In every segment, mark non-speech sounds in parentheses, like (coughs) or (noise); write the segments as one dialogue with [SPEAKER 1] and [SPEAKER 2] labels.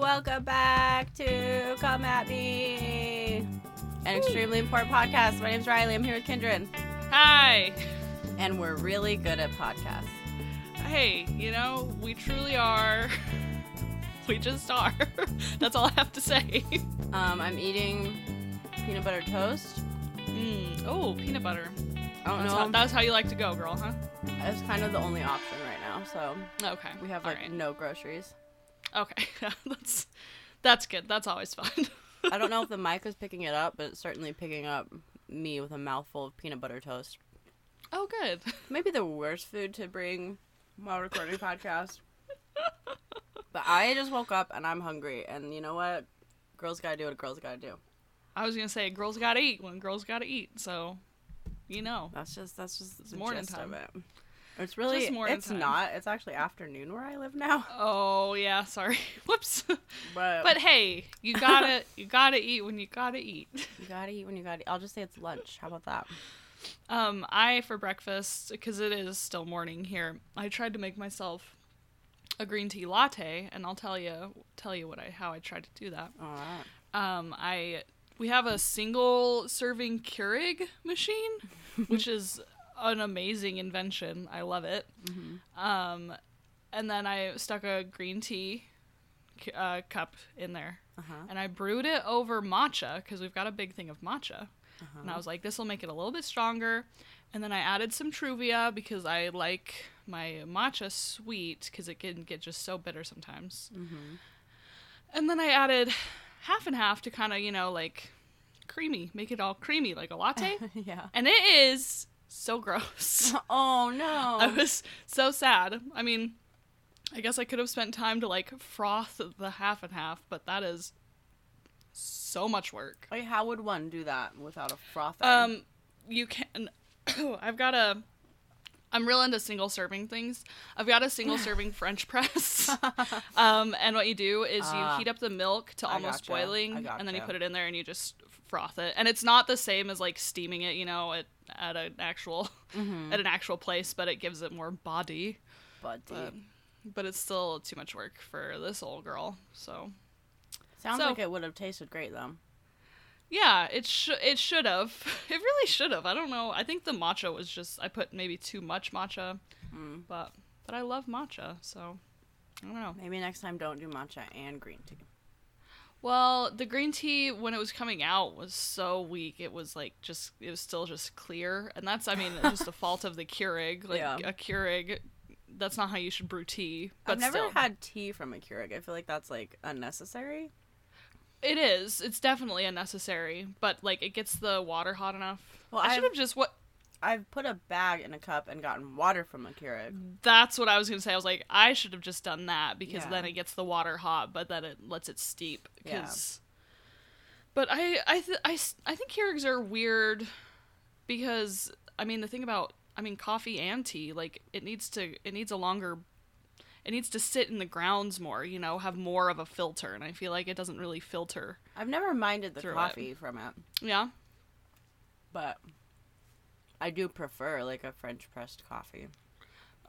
[SPEAKER 1] Welcome back to Come At Me, an extremely important podcast. My name's Riley. I'm here with Kindred,
[SPEAKER 2] Hi.
[SPEAKER 1] and we're really good at podcasts.
[SPEAKER 2] Hey, you know, we truly are. (laughs) We just are. (laughs) That's all I have to say.
[SPEAKER 1] Um, I'm eating peanut butter toast.
[SPEAKER 2] Mm. Oh, peanut butter.
[SPEAKER 1] I don't
[SPEAKER 2] That's
[SPEAKER 1] know.
[SPEAKER 2] how, that's how you like to go, girl, huh?
[SPEAKER 1] That's kind of the only option right now. So
[SPEAKER 2] Okay.
[SPEAKER 1] we have
[SPEAKER 2] all
[SPEAKER 1] like
[SPEAKER 2] right.
[SPEAKER 1] no groceries.
[SPEAKER 2] Okay. (laughs) that's that's good. That's always fun.
[SPEAKER 1] I don't know if the mic is picking it up, but it's certainly picking up me with a mouthful of peanut butter toast.
[SPEAKER 2] (laughs) oh, good.
[SPEAKER 1] Maybe the worst food to bring while recording
[SPEAKER 2] (laughs)
[SPEAKER 1] podcast. But I just woke up and I'm hungry, and you know what? Girls gotta do what girls gotta do.
[SPEAKER 2] I was gonna say, girls gotta eat when girls gotta eat. So, you know.
[SPEAKER 1] That's just that's just the
[SPEAKER 2] morning
[SPEAKER 1] gist
[SPEAKER 2] time.
[SPEAKER 1] of it. It's really
[SPEAKER 2] Just morning
[SPEAKER 1] it's
[SPEAKER 2] time.
[SPEAKER 1] not. It's actually afternoon where I live now.
[SPEAKER 2] Oh yeah. Sorry. (laughs)
[SPEAKER 1] (laughs)
[SPEAKER 2] Whoops.
[SPEAKER 1] But,
[SPEAKER 2] but hey, you gotta you gotta eat when you gotta eat.
[SPEAKER 1] you gotta eat when you gotta. eat. I'll just say it's lunch. How about
[SPEAKER 2] (laughs)
[SPEAKER 1] that?
[SPEAKER 2] Um, I for breakfast because it is still morning here. I tried to make myself a green tea latte, and I'll tell you tell you what I how I tried to do that.
[SPEAKER 1] All right.
[SPEAKER 2] Um, I we have a single serving Keurig machine, (laughs) which is an amazing invention. I love it. Um, and then I stuck a green tea cu- uh, cup in there,
[SPEAKER 1] Uh huh.
[SPEAKER 2] and I brewed it over matcha because we've got a big thing of matcha. And I was like, this will make it a little bit stronger. And then I added some Truvia because I like my matcha sweet because it can get just so bitter sometimes. And then I added half and half to kind of, you know, like creamy, make it all creamy, like a latte.
[SPEAKER 1] yeah.
[SPEAKER 2] and it is so gross. (laughs)
[SPEAKER 1] Oh no.
[SPEAKER 2] I (laughs) was so sad. I mean, I guess I could have spent time to like froth the half and half, but that is so much work.
[SPEAKER 1] Like, how would one do that without a frothing?
[SPEAKER 2] Um, you can. (coughs) I've got a. I'm real into single serving things. I've got
[SPEAKER 1] (laughs)
[SPEAKER 2] a single serving French press. um, and what you do is you
[SPEAKER 1] Ah.
[SPEAKER 2] heat up the milk to
[SPEAKER 1] I
[SPEAKER 2] almost
[SPEAKER 1] gotcha. I
[SPEAKER 2] boiling, and then you
[SPEAKER 1] gotcha.
[SPEAKER 2] put it in there and you just froth it. And it's not the same as like steaming it, you know, at at an actual at an actual place, but it gives it more body.
[SPEAKER 1] Mm-hmm. buddy.
[SPEAKER 2] But, but it's still too much work for this old girl. So
[SPEAKER 1] Sounds
[SPEAKER 2] so-
[SPEAKER 1] like it would have tasted great though.
[SPEAKER 2] Yeah, it should it should have. (laughs) It really should have. I don't know. I think the matcha was just I put maybe too much matcha,
[SPEAKER 1] Mm.
[SPEAKER 2] but but I love matcha, so I don't know.
[SPEAKER 1] Maybe next time don't do matcha and green tea.
[SPEAKER 2] Well, the green tea when it was coming out was so weak. It was like just it was still just clear, and that's I mean just the fault of the Keurig.
[SPEAKER 1] (laughs)
[SPEAKER 2] Like
[SPEAKER 1] Yeah.
[SPEAKER 2] a Keurig, that's not how you should brew tea. But
[SPEAKER 1] I've never
[SPEAKER 2] still,
[SPEAKER 1] had tea from a Keurig. I feel like that's like unnecessary.
[SPEAKER 2] it is. It's definitely unnecessary, but like it gets the water hot enough.
[SPEAKER 1] Well,
[SPEAKER 2] I
[SPEAKER 1] I've-
[SPEAKER 2] should have just what
[SPEAKER 1] I've put a bag in a cup and gotten water from a Keurig.
[SPEAKER 2] That's what I was gonna say. I was like, I should have just done that because
[SPEAKER 1] Yeah.
[SPEAKER 2] then it gets the water hot, but then it lets it steep.
[SPEAKER 1] Yeah.
[SPEAKER 2] 'cause- But I, I, th- I, s- I think Keurigs are weird because I mean the thing about I mean coffee and tea like it needs to it needs a longer it needs to sit in the grounds more you know have more of a filter and I feel like it doesn't really filter
[SPEAKER 1] I've never minded the
[SPEAKER 2] Through it.
[SPEAKER 1] coffee from it,
[SPEAKER 2] yeah
[SPEAKER 1] but I do prefer like a French pressed
[SPEAKER 2] (laughs)
[SPEAKER 1] coffee.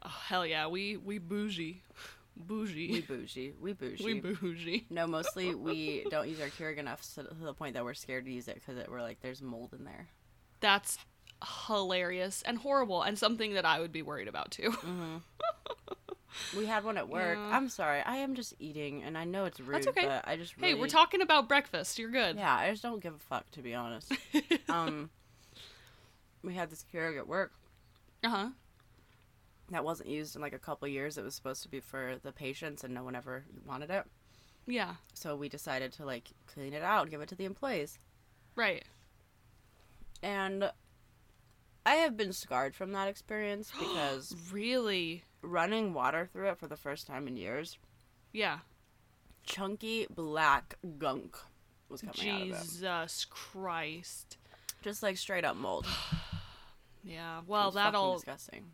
[SPEAKER 2] oh, hell yeah we we bougie
[SPEAKER 1] We
[SPEAKER 2] bougie
[SPEAKER 1] bougie. We bougie.
[SPEAKER 2] (laughs) we bougie
[SPEAKER 1] no, mostly we don't use our Keurig enough so, to the point that we're scared to use it because we're like, there's mold in there.
[SPEAKER 2] That's hilarious and horrible and something that I would be worried about too.
[SPEAKER 1] Mm-hmm. We had one at work.
[SPEAKER 2] Yeah.
[SPEAKER 1] I'm sorry. I am just eating, and I know it's rude,
[SPEAKER 2] okay.
[SPEAKER 1] but I just really...
[SPEAKER 2] (laughs) Hey, we're talking about breakfast. You're good.
[SPEAKER 1] Yeah, I just don't give a fuck to be honest.
[SPEAKER 2] (laughs)
[SPEAKER 1] um, we had this Keurig at work
[SPEAKER 2] Uh huh.
[SPEAKER 1] that wasn't used in like a couple years. It was supposed to be for the patients, and no one ever wanted it.
[SPEAKER 2] Yeah.
[SPEAKER 1] So we decided to like clean it out and give it to the employees.
[SPEAKER 2] Right.
[SPEAKER 1] And I have been scarred from that
[SPEAKER 2] (gasps)
[SPEAKER 1] experience because
[SPEAKER 2] Really.
[SPEAKER 1] running water through it for the first time in years,
[SPEAKER 2] Yeah.
[SPEAKER 1] chunky black gunk was coming out of it.
[SPEAKER 2] Jesus Christ.
[SPEAKER 1] Just like straight up mold.
[SPEAKER 2] Yeah.
[SPEAKER 1] It
[SPEAKER 2] Well,
[SPEAKER 1] was fucking
[SPEAKER 2] that'll.
[SPEAKER 1] disgusting.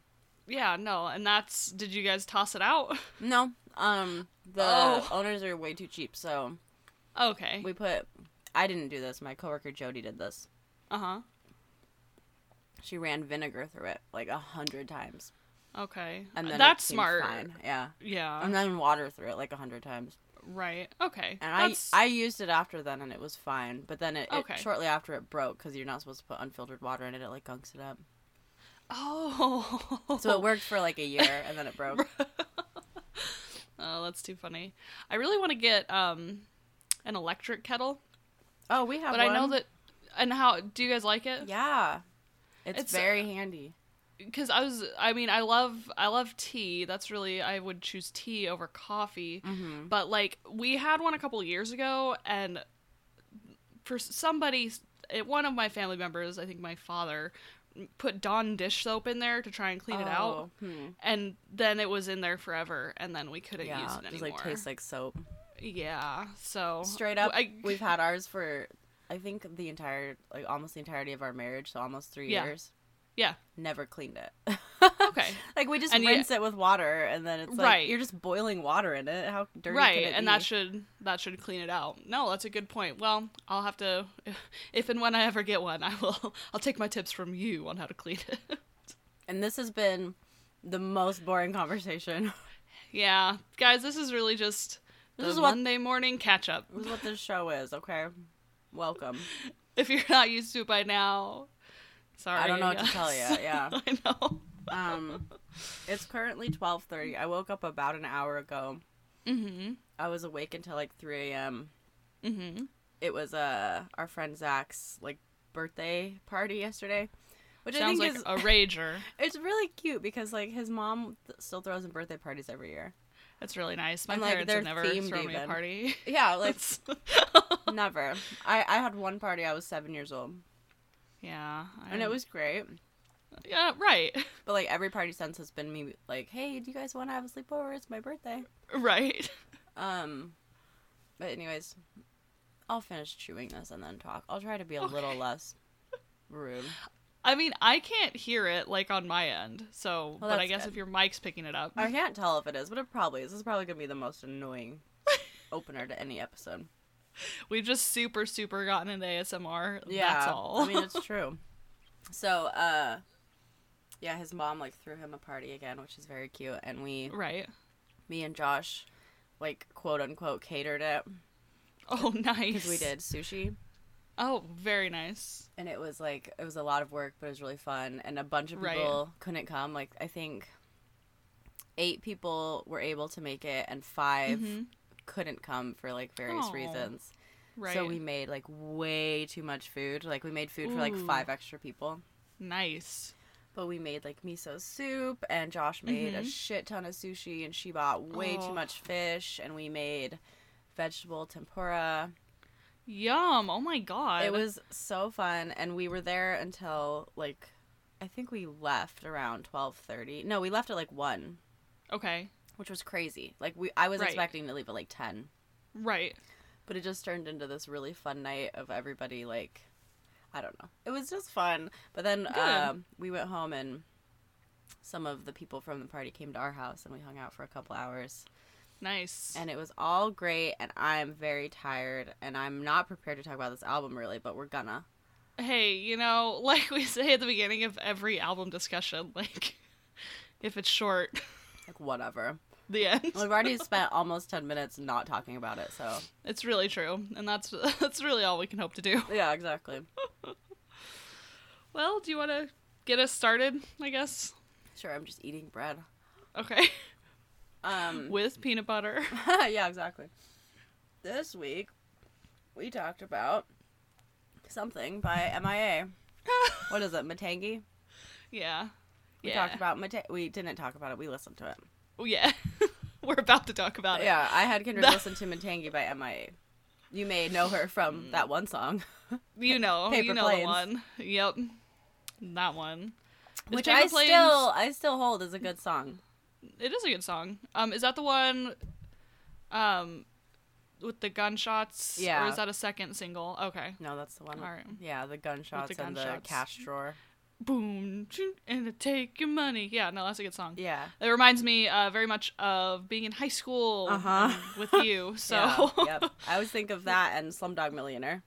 [SPEAKER 2] Yeah. No. And that's. Did you guys toss it out? (laughs)
[SPEAKER 1] No, um, the
[SPEAKER 2] Oh.
[SPEAKER 1] owners are way too cheap, so
[SPEAKER 2] okay.
[SPEAKER 1] We put. I didn't do this. My coworker Jody did this.
[SPEAKER 2] Uh huh.
[SPEAKER 1] She ran vinegar through it like a hundred times,
[SPEAKER 2] Okay.
[SPEAKER 1] and then it
[SPEAKER 2] that's
[SPEAKER 1] seemed
[SPEAKER 2] smart.
[SPEAKER 1] Fine. Yeah,
[SPEAKER 2] Yeah.
[SPEAKER 1] and then water through it like a hundred times.
[SPEAKER 2] Right. Okay.
[SPEAKER 1] And
[SPEAKER 2] That's-
[SPEAKER 1] I I used it after then and it was fine. But then it, it-
[SPEAKER 2] Okay.
[SPEAKER 1] shortly after it broke because you're not supposed to put unfiltered water in it. It like gunks it up.
[SPEAKER 2] (laughs) Oh.
[SPEAKER 1] So it worked for like a year and
[SPEAKER 2] (laughs)
[SPEAKER 1] then it broke.
[SPEAKER 2] Oh, that's too funny. I really want to get um an electric kettle,
[SPEAKER 1] oh, we have.
[SPEAKER 2] but I know
[SPEAKER 1] one.
[SPEAKER 2] that. And how do you guys like it?
[SPEAKER 1] Yeah, it's,
[SPEAKER 2] It's, uh,
[SPEAKER 1] very handy.
[SPEAKER 2] because I was I mean I love I love tea. That's really I would choose tea over coffee.
[SPEAKER 1] Mhm.
[SPEAKER 2] But like we had one a couple years ago, and for somebody, it, one of my family members, I think my father, put Dawn dish soap in there to try and clean it out,
[SPEAKER 1] Oh, hmm.
[SPEAKER 2] and then it was in there forever, and then we couldn't
[SPEAKER 1] Yeah,
[SPEAKER 2] use
[SPEAKER 1] it
[SPEAKER 2] it
[SPEAKER 1] just
[SPEAKER 2] anymore.
[SPEAKER 1] like tastes like soap.
[SPEAKER 2] yeah, so
[SPEAKER 1] Straight up,
[SPEAKER 2] I,
[SPEAKER 1] we've had ours for I think the entire like almost the entirety of our marriage, so almost three
[SPEAKER 2] Yeah.
[SPEAKER 1] years.
[SPEAKER 2] Yeah.
[SPEAKER 1] never cleaned it. (laughs)
[SPEAKER 2] okay.
[SPEAKER 1] like we just
[SPEAKER 2] And you-
[SPEAKER 1] rinse it with water, and then it's like
[SPEAKER 2] Right.
[SPEAKER 1] you're just boiling water in it. How dirty
[SPEAKER 2] right
[SPEAKER 1] can it be?
[SPEAKER 2] and that should that should clean it out no that's a good point well i'll have to (laughs) if and when i ever get one i will (laughs) i'll take my tips from you on how to clean it (laughs)
[SPEAKER 1] And this has been the most boring conversation. (laughs)
[SPEAKER 2] yeah guys this is really just
[SPEAKER 1] This
[SPEAKER 2] the
[SPEAKER 1] is what-
[SPEAKER 2] monday morning catch up
[SPEAKER 1] this is what this show is. Okay, welcome.
[SPEAKER 2] (laughs) if you're not used to it by now sorry
[SPEAKER 1] I don't know what to tell
[SPEAKER 2] guys.
[SPEAKER 1] ya, yeah.
[SPEAKER 2] (laughs) i know
[SPEAKER 1] Um, it's currently twelve thirty. I woke up about an hour ago.
[SPEAKER 2] mm-hmm
[SPEAKER 1] I was awake until like three a.m.
[SPEAKER 2] mm-hmm
[SPEAKER 1] It was uh our friend Zach's like birthday party yesterday, which I
[SPEAKER 2] sounds
[SPEAKER 1] think
[SPEAKER 2] like
[SPEAKER 1] is
[SPEAKER 2] a rager
[SPEAKER 1] it's really cute because like his mom th- still throws him birthday parties every year.
[SPEAKER 2] that's really nice my
[SPEAKER 1] And, like,
[SPEAKER 2] parents
[SPEAKER 1] they're
[SPEAKER 2] have never
[SPEAKER 1] themed
[SPEAKER 2] thrown me a
[SPEAKER 1] even.
[SPEAKER 2] party
[SPEAKER 1] Yeah, like
[SPEAKER 2] That's-
[SPEAKER 1] never. I I had one party. I was seven years old,
[SPEAKER 2] (laughs) yeah
[SPEAKER 1] and it
[SPEAKER 2] I'm-
[SPEAKER 1] was great.
[SPEAKER 2] yeah right (laughs)
[SPEAKER 1] But like every party since has been me like, hey, do you guys want to have a sleepover? It's my birthday.
[SPEAKER 2] right
[SPEAKER 1] Um, but anyways, I'll finish chewing this and then talk. I'll try to be a
[SPEAKER 2] Okay.
[SPEAKER 1] little less rude.
[SPEAKER 2] I mean, I can't hear it like on my end, so
[SPEAKER 1] Well,
[SPEAKER 2] but I
[SPEAKER 1] that's
[SPEAKER 2] guess
[SPEAKER 1] good.
[SPEAKER 2] if your mic's picking it up,
[SPEAKER 1] I can't tell if it is, but it probably is. This is probably gonna be the most
[SPEAKER 2] (laughs)
[SPEAKER 1] annoying opener to any episode.
[SPEAKER 2] we've just super super gotten into ASMR.
[SPEAKER 1] Yeah,
[SPEAKER 2] that's all.
[SPEAKER 1] I mean, it's true. So, uh, yeah, his mom like threw him a party again, which is very cute, and we,
[SPEAKER 2] (laughs) right?
[SPEAKER 1] me and Josh, like quote unquote catered it (laughs)
[SPEAKER 2] Oh, nice.
[SPEAKER 1] because we did sushi.
[SPEAKER 2] Oh, very nice.
[SPEAKER 1] and it was like it was a lot of work but it was really fun and a bunch of
[SPEAKER 2] Right.
[SPEAKER 1] people couldn't come like i think eight people were able to make it and 5
[SPEAKER 2] Mhm.
[SPEAKER 1] couldn't come for like various
[SPEAKER 2] Aw,
[SPEAKER 1] reasons
[SPEAKER 2] Right.
[SPEAKER 1] so we made like way too much food like we made food for like
[SPEAKER 2] Ooh.
[SPEAKER 1] five extra people
[SPEAKER 2] nice.
[SPEAKER 1] but we made like miso soup and josh made a
[SPEAKER 2] Mhm.
[SPEAKER 1] shit ton of sushi and she bought way
[SPEAKER 2] Oh.
[SPEAKER 1] too much fish and we made vegetable tempura
[SPEAKER 2] Yum. Oh my god.
[SPEAKER 1] It was so fun, and we were there until like, I think we left around twelve thirty. No, we left at like one,
[SPEAKER 2] okay.
[SPEAKER 1] which was crazy. Like we, I was
[SPEAKER 2] Right.
[SPEAKER 1] expecting to leave at like ten,
[SPEAKER 2] Right.
[SPEAKER 1] but it just turned into this really fun night of everybody like, I don't know. It was just fun. But then
[SPEAKER 2] Good.
[SPEAKER 1] um, we went home, and some of the people from the party came to our house, and we hung out for a couple hours,
[SPEAKER 2] Nice.
[SPEAKER 1] and it was all great. And I'm very tired, and I'm not prepared to talk about this album really, but we're gonna.
[SPEAKER 2] hey, you know, (laughs) like we say at the beginning of every album discussion, (laughs) like if it's short, (laughs)
[SPEAKER 1] Like whatever.
[SPEAKER 2] the end.
[SPEAKER 1] Well, We've (laughs) already spent almost 10 minutes not talking about it, so.
[SPEAKER 2] It's really true, and that's (laughs) that's really all we can hope to do.
[SPEAKER 1] Yeah, exactly.
[SPEAKER 2] Well, do you want to get us started? I guess.
[SPEAKER 1] Sure, I'm just eating bread.
[SPEAKER 2] Okay. (laughs)
[SPEAKER 1] Um,
[SPEAKER 2] With peanut butter. (laughs)
[SPEAKER 1] (laughs) yeah, exactly. This week, we talked about something by
[SPEAKER 2] (laughs)
[SPEAKER 1] MIA. What is it, Matangi?
[SPEAKER 2] yeah.
[SPEAKER 1] We
[SPEAKER 2] yeah.
[SPEAKER 1] talked about Matangi. We didn't talk about it, we listened to it.
[SPEAKER 2] Oh, yeah. (laughs) We're about to talk about it.
[SPEAKER 1] Yeah, I had
[SPEAKER 2] (laughs)
[SPEAKER 1] Kendra
[SPEAKER 2] No.
[SPEAKER 1] listen to Matangi by MIA. You may know her
[SPEAKER 2] Mm.
[SPEAKER 1] from that one song,
[SPEAKER 2] You know,
[SPEAKER 1] Paper
[SPEAKER 2] you know
[SPEAKER 1] planes.
[SPEAKER 2] the one. Yep. That one.
[SPEAKER 1] (laughs)
[SPEAKER 2] Is
[SPEAKER 1] which
[SPEAKER 2] Paper
[SPEAKER 1] I
[SPEAKER 2] Planes-
[SPEAKER 1] still I still hold as a good song.
[SPEAKER 2] It is a good song. Um is that the one um with the gunshots
[SPEAKER 1] Yeah.
[SPEAKER 2] or is that a second single? Okay.
[SPEAKER 1] No, that's the one.
[SPEAKER 2] All right.
[SPEAKER 1] Yeah, the gunshots, and the
[SPEAKER 2] gunshots.
[SPEAKER 1] cash drawer.
[SPEAKER 2] Boom, choo, and I take your money. Yeah, no, that's a good song.
[SPEAKER 1] Yeah.
[SPEAKER 2] It reminds me uh, very much of being in high school
[SPEAKER 1] Uh-huh.
[SPEAKER 2] and with you.
[SPEAKER 1] (laughs)
[SPEAKER 2] So,
[SPEAKER 1] Yeah, yep. I always think of that and Slumdog Millionaire.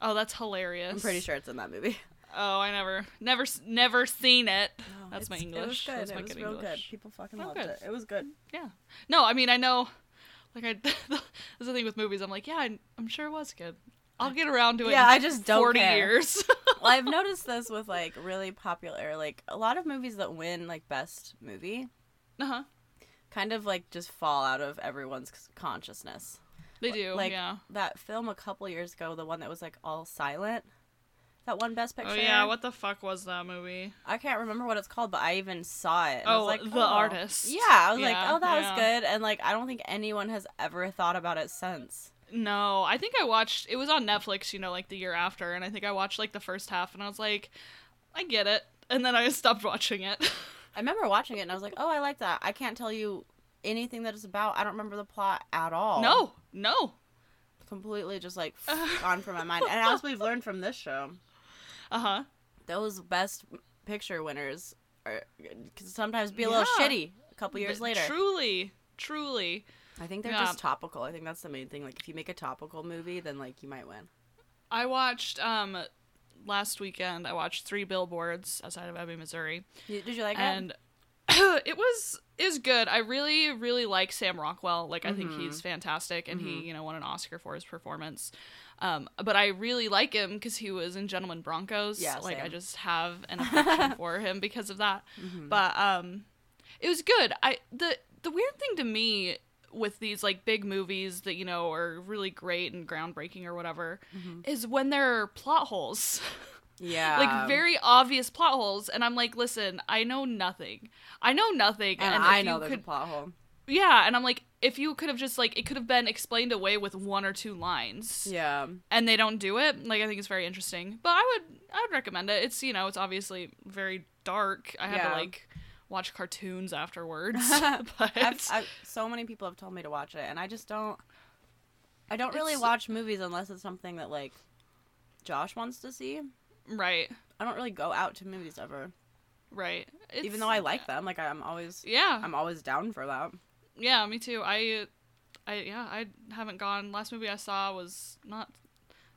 [SPEAKER 2] oh, that's hilarious.
[SPEAKER 1] I'm pretty sure it's in that movie.
[SPEAKER 2] Oh, I never, never, s- never seen it. That's my English.
[SPEAKER 1] Oh, It was good.
[SPEAKER 2] That's my
[SPEAKER 1] it was
[SPEAKER 2] good
[SPEAKER 1] real
[SPEAKER 2] English.
[SPEAKER 1] good.
[SPEAKER 2] (laughs)
[SPEAKER 1] People fucking
[SPEAKER 2] Oh,
[SPEAKER 1] loved
[SPEAKER 2] good.
[SPEAKER 1] it. It was good.
[SPEAKER 2] Yeah. No, I mean I know. Like I, (laughs) that's the thing with movies. I'm like, yeah, I, I'm sure it was good. I'll get around to it.
[SPEAKER 1] Yeah,
[SPEAKER 2] in
[SPEAKER 1] I just don't
[SPEAKER 2] forty
[SPEAKER 1] care.
[SPEAKER 2] years. (laughs)
[SPEAKER 1] well, I've noticed this with like really popular, like a lot of movies that win like best movie
[SPEAKER 2] uh huh.
[SPEAKER 1] kind of like just fall out of everyone's c- consciousness.
[SPEAKER 2] They do.
[SPEAKER 1] Like
[SPEAKER 2] yeah.
[SPEAKER 1] that film a couple years ago, the one that was like all silent, that one best picture.
[SPEAKER 2] Oh yeah. What the fuck was that movie?
[SPEAKER 1] I can't remember what it's called, but I even saw it. And I
[SPEAKER 2] Oh,
[SPEAKER 1] was like,
[SPEAKER 2] The
[SPEAKER 1] oh.
[SPEAKER 2] Artist.
[SPEAKER 1] Yeah, I was like,
[SPEAKER 2] Yeah,
[SPEAKER 1] oh, that
[SPEAKER 2] yeah.
[SPEAKER 1] was good, and like I don't think anyone has ever thought about it since.
[SPEAKER 2] No, I think I watched it was on Netflix, you know, like the year after, and I think I watched like the first half and I was like, I get it. And then I (laughs) stopped watching it.
[SPEAKER 1] I remember watching it and I was like, oh, I like that. I can't tell you anything that it's about. I don't remember the plot at all.
[SPEAKER 2] No, no.
[SPEAKER 1] completely just
[SPEAKER 2] (laughs)
[SPEAKER 1] like gone from my mind. And as we've learned from this show,
[SPEAKER 2] Uh-huh.
[SPEAKER 1] those best picture winners are can sometimes be a little
[SPEAKER 2] Yeah.
[SPEAKER 1] shitty a couple years
[SPEAKER 2] Th-
[SPEAKER 1] later.
[SPEAKER 2] Truly, truly.
[SPEAKER 1] I think they're
[SPEAKER 2] Yeah.
[SPEAKER 1] just topical. I think that's the main thing. Like if you make a topical movie, then like you might win.
[SPEAKER 2] I watched um last weekend I watched Three Billboards outside of Abbey, Missouri.
[SPEAKER 1] You- Did you like it?
[SPEAKER 2] and (laughs) it was is good. I really really like Sam Rockwell. Like I think
[SPEAKER 1] Mhm.
[SPEAKER 2] he's fantastic, and
[SPEAKER 1] Mm-hmm.
[SPEAKER 2] he you know won an Oscar for his performance. Um, but I really like him because he was in Gentleman Broncos.
[SPEAKER 1] Yeah,
[SPEAKER 2] like
[SPEAKER 1] same.
[SPEAKER 2] I
[SPEAKER 1] Mm-hmm.
[SPEAKER 2] just have
[SPEAKER 1] (laughs)
[SPEAKER 2] an affection for him because of that. But um, it was good. I the the weird thing to me with these like big movies that you know are really great and groundbreaking or whatever
[SPEAKER 1] Mm-hmm.
[SPEAKER 2] is when there are plot holes. (laughs)
[SPEAKER 1] Yeah,
[SPEAKER 2] like very obvious plot holes and i'm like listen i know nothing i know nothing
[SPEAKER 1] And,
[SPEAKER 2] if
[SPEAKER 1] I
[SPEAKER 2] you
[SPEAKER 1] know there's a
[SPEAKER 2] could
[SPEAKER 1] plot hole.
[SPEAKER 2] yeah and i'm like if you could have just like it could have been explained away with one or two lines
[SPEAKER 1] Yeah,
[SPEAKER 2] and they don't do it like i think it's very interesting but i would i would recommend it it's you know it's obviously very dark i had
[SPEAKER 1] Yeah.
[SPEAKER 2] to like watch
[SPEAKER 1] (laughs)
[SPEAKER 2] cartoons afterwards (laughs) but
[SPEAKER 1] I've, I've, so many people have told me to watch it, and I just don't. I don't really
[SPEAKER 2] It's-
[SPEAKER 1] watch movies unless it's something that like Josh wants to see.
[SPEAKER 2] right
[SPEAKER 1] I don't really go out to movies ever,
[SPEAKER 2] right it's,
[SPEAKER 1] even though I like them. Like I'm always,
[SPEAKER 2] yeah
[SPEAKER 1] I'm always down for that.
[SPEAKER 2] Yeah, me too. I, I yeah, I haven't gone. Last movie I saw was not,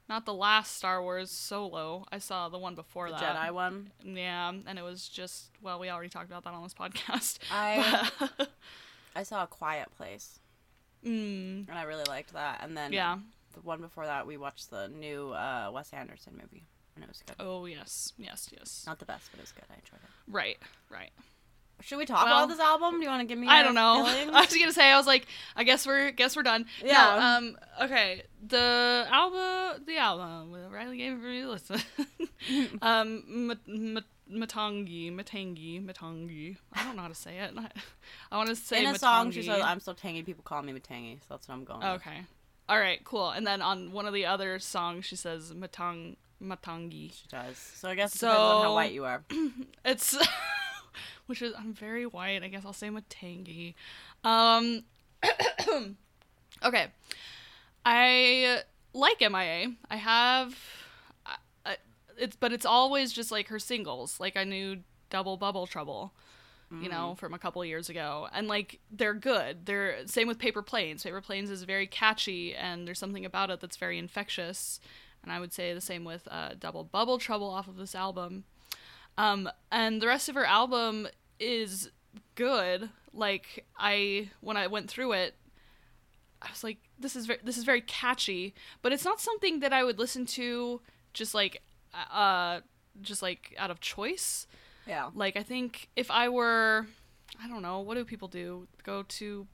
[SPEAKER 2] not the last Star Wars Solo. I saw the one before
[SPEAKER 1] The
[SPEAKER 2] that.
[SPEAKER 1] Jedi one.
[SPEAKER 2] Yeah, and it was just well, we already talked about that on this (laughs) podcast.
[SPEAKER 1] I
[SPEAKER 2] But- (laughs)
[SPEAKER 1] I saw a Quiet Place,
[SPEAKER 2] mm,
[SPEAKER 1] and I really liked that. And then
[SPEAKER 2] yeah.
[SPEAKER 1] the one before that, we watched the new uh, Wes Anderson movie, and it was good.
[SPEAKER 2] Oh yes, yes, yes.
[SPEAKER 1] Not the best, but it was good. I enjoyed it.
[SPEAKER 2] Right, right.
[SPEAKER 1] Should we talk
[SPEAKER 2] Well,
[SPEAKER 1] about this album? Do you want to give me?
[SPEAKER 2] I
[SPEAKER 1] your
[SPEAKER 2] don't know. (laughs)
[SPEAKER 1] feelings?
[SPEAKER 2] I was gonna say I was like, I guess we're guess we're done. No,
[SPEAKER 1] Yeah.
[SPEAKER 2] um. Okay. The album. The album. with Riley gave me a listen.
[SPEAKER 1] (laughs)
[SPEAKER 2] um. M- m- Matangi, Matangi, Matangi. I don't know how to say it. (laughs) I, want to say
[SPEAKER 1] In a song, she
[SPEAKER 2] Matangi. Oh,
[SPEAKER 1] says, "I'm so tangy. People call me Matangy, so that's what I'm going." with.
[SPEAKER 2] Okay. All right. Cool. And then on one of the other songs, she says Matang Matangi.
[SPEAKER 1] She does. So I guess it depends on
[SPEAKER 2] So-
[SPEAKER 1] how white you (clears throat) are.
[SPEAKER 2] It's (laughs) which is I'm very white. I guess I'll say Matangi. Um (coughs) Okay. I like MIA. I have I, I, it's but it's always just like her singles. Like I knew Double Bubble Trouble, you know, from a couple years ago. And like they're good. They're same with Paper Planes. Paper Planes is very catchy and there's something about it that's very infectious. And I would say the same with uh, Double Bubble Trouble off of this album. Um, and the rest of her album is good. Like I, when I went through it, I was like, this is very, this is very catchy, but it's not something that I would listen to just like, uh, just like out of choice.
[SPEAKER 1] Yeah.
[SPEAKER 2] Like I think if I were, I don't know, what do people do? Go to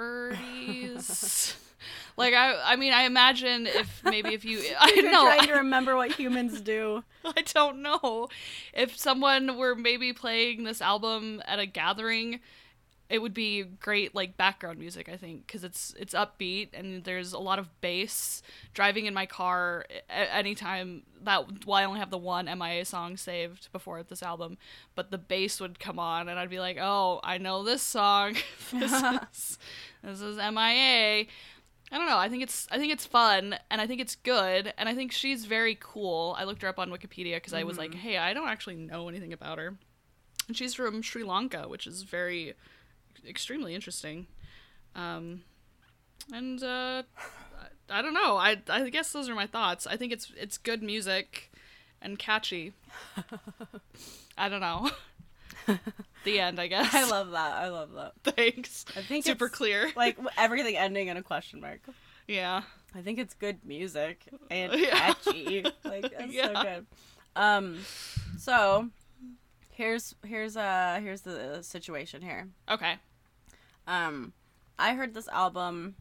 [SPEAKER 1] (laughs)
[SPEAKER 2] parties. like I, I mean, I imagine if maybe
[SPEAKER 1] (laughs)
[SPEAKER 2] if you, I
[SPEAKER 1] You're
[SPEAKER 2] know,
[SPEAKER 1] trying to remember what humans do.
[SPEAKER 2] (laughs) I don't know. If someone were maybe playing this album at a gathering, it would be great like background music, I think, cuz it's it's upbeat and there's a lot of bass. Driving in my car a- anytime that well, I only have the one MIA song saved before this album, but the bass would come on and I'd be like, "Oh, I know this song. (laughs) this is this is MIA." I don't know. I think it's I think it's fun and I think it's good and I think she's very cool. I looked her up on Wikipedia because I was like,
[SPEAKER 1] Mm-hmm.
[SPEAKER 2] hey, I don't actually know anything about her, and she's from Sri Lanka, which is very extremely interesting. Um, and uh, I, I don't know. I I guess those are my thoughts. I think it's
[SPEAKER 1] (laughs)
[SPEAKER 2] it's good music and catchy. I don't know. The end, I guess.
[SPEAKER 1] (laughs) I love that. I love that.
[SPEAKER 2] (laughs) Thanks.
[SPEAKER 1] I think
[SPEAKER 2] Super
[SPEAKER 1] it's,
[SPEAKER 2] clear.
[SPEAKER 1] Like w- everything ending in a question mark.
[SPEAKER 2] Yeah.
[SPEAKER 1] I think it's good music (laughs) and
[SPEAKER 2] Yeah.
[SPEAKER 1] catchy. Like that's so
[SPEAKER 2] Yeah.
[SPEAKER 1] good. Um, so here's here's uh here's the situation here.
[SPEAKER 2] Okay.
[SPEAKER 1] Um, I heard this album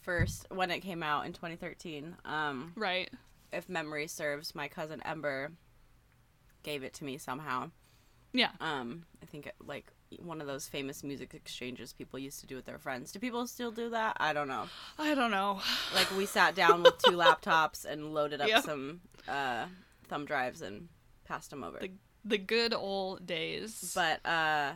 [SPEAKER 1] first when it came out in 2013. Um,
[SPEAKER 2] Right.
[SPEAKER 1] if memory serves, my cousin Ember gave it to me somehow.
[SPEAKER 2] Yeah.
[SPEAKER 1] Um, I think like one of those famous music exchanges people used to do with their friends. Do people still do that? I don't know.
[SPEAKER 2] I don't know.
[SPEAKER 1] Like we sat down with (laughs) two laptops and loaded up
[SPEAKER 2] Yeah.
[SPEAKER 1] some uh, thumb drives and passed them over.
[SPEAKER 2] The the good old days.
[SPEAKER 1] But uh,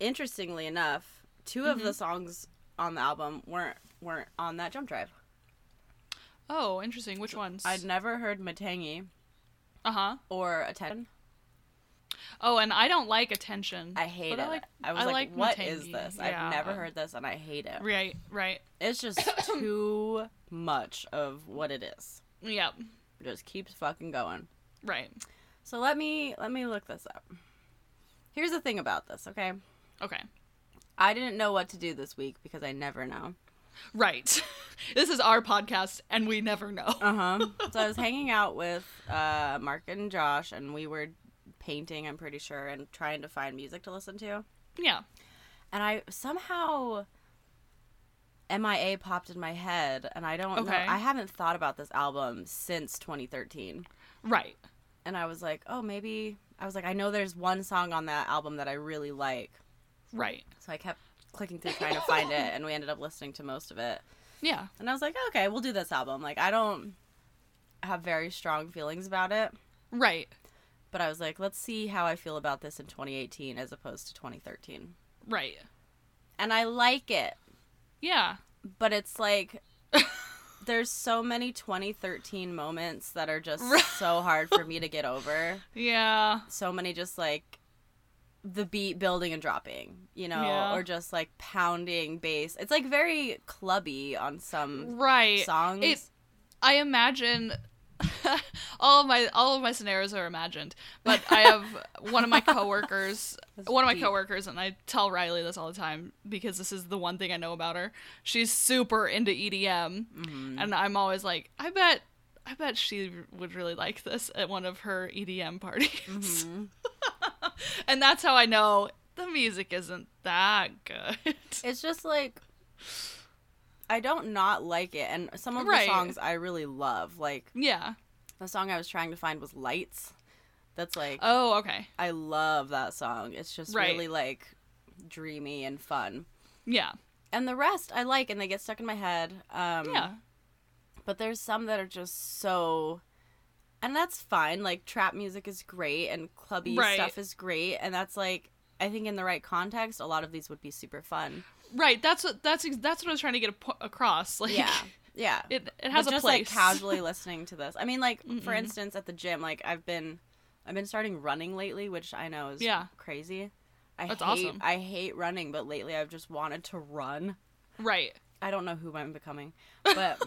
[SPEAKER 1] interestingly enough, 2 of the songs on the album weren't weren't on that jump drive.
[SPEAKER 2] oh, interesting. Which ones?
[SPEAKER 1] I'd never heard Matangi
[SPEAKER 2] Uh huh.
[SPEAKER 1] or Attention.
[SPEAKER 2] Oh, and I don't like attention.
[SPEAKER 1] I hate
[SPEAKER 2] But I
[SPEAKER 1] it.
[SPEAKER 2] like-
[SPEAKER 1] I was
[SPEAKER 2] I
[SPEAKER 1] like,
[SPEAKER 2] like
[SPEAKER 1] what is
[SPEAKER 2] Matangi,
[SPEAKER 1] this?
[SPEAKER 2] yeah.
[SPEAKER 1] I've never heard this, and I hate it.
[SPEAKER 2] Right. Right.
[SPEAKER 1] (coughs) It's
[SPEAKER 2] (coughs)
[SPEAKER 1] just too much of what it is.
[SPEAKER 2] Yep.
[SPEAKER 1] It just keeps fucking going.
[SPEAKER 2] Right.
[SPEAKER 1] So let me let me look this up. Here's the thing about this, okay?
[SPEAKER 2] Okay.
[SPEAKER 1] I didn't know what to do this week because I never know.
[SPEAKER 2] Right. (laughs) this is our podcast, and we never know.
[SPEAKER 1] Uh
[SPEAKER 2] Uh-huh.
[SPEAKER 1] huh. (laughs) so I was hanging out with uh, Mark and Josh, and we were painting. I'm pretty sure, and trying to find music to listen to.
[SPEAKER 2] (laughs) yeah.
[SPEAKER 1] And I somehow MIA popped in my head, and I don't
[SPEAKER 2] Okay.
[SPEAKER 1] know. I haven't thought about this album since 2013,
[SPEAKER 2] Right.
[SPEAKER 1] and I was like, oh, maybe. I was like, I know there's one song on that album that I really like,
[SPEAKER 2] Right.
[SPEAKER 1] so I kept clicking through trying to find it, and we ended up listening to most of it.
[SPEAKER 2] Yeah.
[SPEAKER 1] And I was like, okay, we'll do this album. Like, I don't have very strong feelings about it.
[SPEAKER 2] Right.
[SPEAKER 1] but I was like, let's see how I feel about this in 2018 as opposed to 2013.
[SPEAKER 2] Right.
[SPEAKER 1] And I like it,
[SPEAKER 2] Yeah.
[SPEAKER 1] but it's like there's so many 2013 moments that are just
[SPEAKER 2] Right.
[SPEAKER 1] so hard for me to get over.
[SPEAKER 2] Yeah.
[SPEAKER 1] So many just like the beat building and dropping, you know,
[SPEAKER 2] Yeah.
[SPEAKER 1] or just like pounding bass. It's like very clubby on some
[SPEAKER 2] Right.
[SPEAKER 1] songs.
[SPEAKER 2] it- I imagine (laughs) all of my all of my scenarios are imagined, but I have
[SPEAKER 1] (laughs)
[SPEAKER 2] one of my coworkers,
[SPEAKER 1] That's
[SPEAKER 2] one of my
[SPEAKER 1] deep.
[SPEAKER 2] coworkers, and I tell Riley this all the time because this is the one thing I know about her. She's super into EDM,
[SPEAKER 1] Mhm.
[SPEAKER 2] and I'm always like, I bet, I bet she would really like this at one of her EDM parties,
[SPEAKER 1] Mhm.
[SPEAKER 2] (laughs) and that's how I know the music isn't that good. (laughs)
[SPEAKER 1] It's just like I don't not like it, and some of
[SPEAKER 2] Right.
[SPEAKER 1] the songs I really love. Like
[SPEAKER 2] yeah.
[SPEAKER 1] the song I was trying to find was "Lights." That's like
[SPEAKER 2] Oh, okay.
[SPEAKER 1] I love that song. It's just
[SPEAKER 2] Right.
[SPEAKER 1] really like dreamy and fun.
[SPEAKER 2] Yeah.
[SPEAKER 1] And the rest I like, and they get stuck in my head. Um,
[SPEAKER 2] Yeah.
[SPEAKER 1] But there's some that are just so, and that's fine. Like trap music is great, and clubby
[SPEAKER 2] Right.
[SPEAKER 1] stuff is great, and that's like I think in the right context, a lot of these would be super fun.
[SPEAKER 2] Right. That's what that's ex- that's what I was trying to get a po- across. (laughs) Like,
[SPEAKER 1] Yeah, yeah.
[SPEAKER 2] it it
[SPEAKER 1] But
[SPEAKER 2] has a
[SPEAKER 1] just like
[SPEAKER 2] place.
[SPEAKER 1] casually listening to this. I mean,
[SPEAKER 2] (laughs)
[SPEAKER 1] like for
[SPEAKER 2] Mm-mm.
[SPEAKER 1] instance, at the gym, like I've been, I've been starting running lately, which I know is
[SPEAKER 2] Yeah.
[SPEAKER 1] crazy. I
[SPEAKER 2] That's
[SPEAKER 1] hate,
[SPEAKER 2] awesome.
[SPEAKER 1] I hate running, but lately I've just wanted to run.
[SPEAKER 2] right.
[SPEAKER 1] I don't know who I'm becoming,
[SPEAKER 2] (laughs)
[SPEAKER 1] but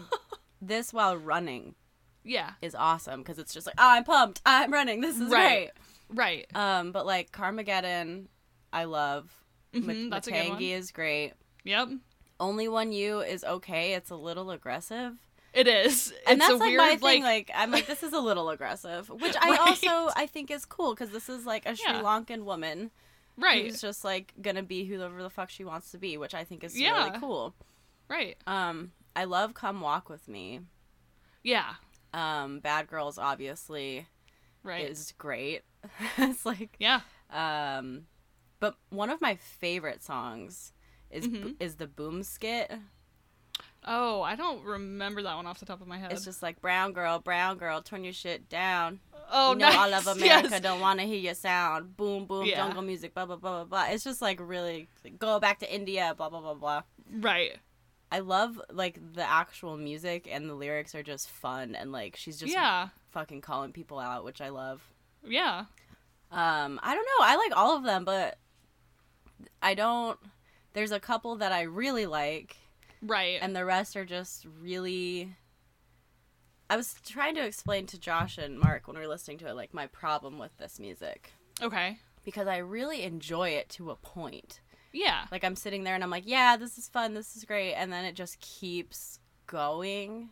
[SPEAKER 1] this while running
[SPEAKER 2] Yeah.
[SPEAKER 1] is awesome because it's just like, oh, I'm pumped, I'm running, this is
[SPEAKER 2] Right.
[SPEAKER 1] right.
[SPEAKER 2] Right.
[SPEAKER 1] Um, but like Carmageddon, I love.
[SPEAKER 2] Mhm,
[SPEAKER 1] Mat-
[SPEAKER 2] that's a good one.
[SPEAKER 1] Matangi is great.
[SPEAKER 2] Yep.
[SPEAKER 1] Only one you is okay. It's a little aggressive.
[SPEAKER 2] It is.
[SPEAKER 1] and
[SPEAKER 2] it's
[SPEAKER 1] that's
[SPEAKER 2] a
[SPEAKER 1] like
[SPEAKER 2] weird
[SPEAKER 1] my thing.
[SPEAKER 2] like,
[SPEAKER 1] Like, I'm like, this is a little aggressive, which I
[SPEAKER 2] (laughs) Right.
[SPEAKER 1] also I think is cool because this is like a Sri
[SPEAKER 2] Yeah.
[SPEAKER 1] Lankan woman
[SPEAKER 2] right.
[SPEAKER 1] who's just like gonna be whoever the fuck she wants to be, which I think is
[SPEAKER 2] Yeah.
[SPEAKER 1] really cool.
[SPEAKER 2] Right.
[SPEAKER 1] Um, I love "Come Walk with Me."
[SPEAKER 2] Yeah.
[SPEAKER 1] Um, "Bad Girls" obviously
[SPEAKER 2] Right.
[SPEAKER 1] is great. (laughs) it's like,
[SPEAKER 2] Yeah.
[SPEAKER 1] um, but one of my favorite songs is
[SPEAKER 2] Mhm.
[SPEAKER 1] is the Boom Skit.
[SPEAKER 2] Oh, I don't remember that one off the top of my head.
[SPEAKER 1] It's just like brown girl, brown girl, turn your shit down.
[SPEAKER 2] oh,
[SPEAKER 1] you know, all
[SPEAKER 2] nice. (laughs)
[SPEAKER 1] of America
[SPEAKER 2] Yes.
[SPEAKER 1] don't want to hear your sound. Boom, boom,
[SPEAKER 2] Yeah.
[SPEAKER 1] jungle music, blah, blah, blah, blah, blah. It's just like really like, go back to India, blah, blah, blah, blah.
[SPEAKER 2] Right.
[SPEAKER 1] I love like the actual music and the lyrics are just fun and like she's just
[SPEAKER 2] yeah.
[SPEAKER 1] fucking calling people out, which I love.
[SPEAKER 2] Yeah.
[SPEAKER 1] Um, I don't know. I like all of them, but I don't. There's a couple that I really like,
[SPEAKER 2] Right.
[SPEAKER 1] and the rest are just really. I was trying to explain to Josh and Mark when we were listening to it, like my problem with this music.
[SPEAKER 2] okay.
[SPEAKER 1] because I really enjoy it to a point.
[SPEAKER 2] Yeah.
[SPEAKER 1] Like I'm sitting there and I'm like, yeah, this is fun, this is great, and then it just keeps going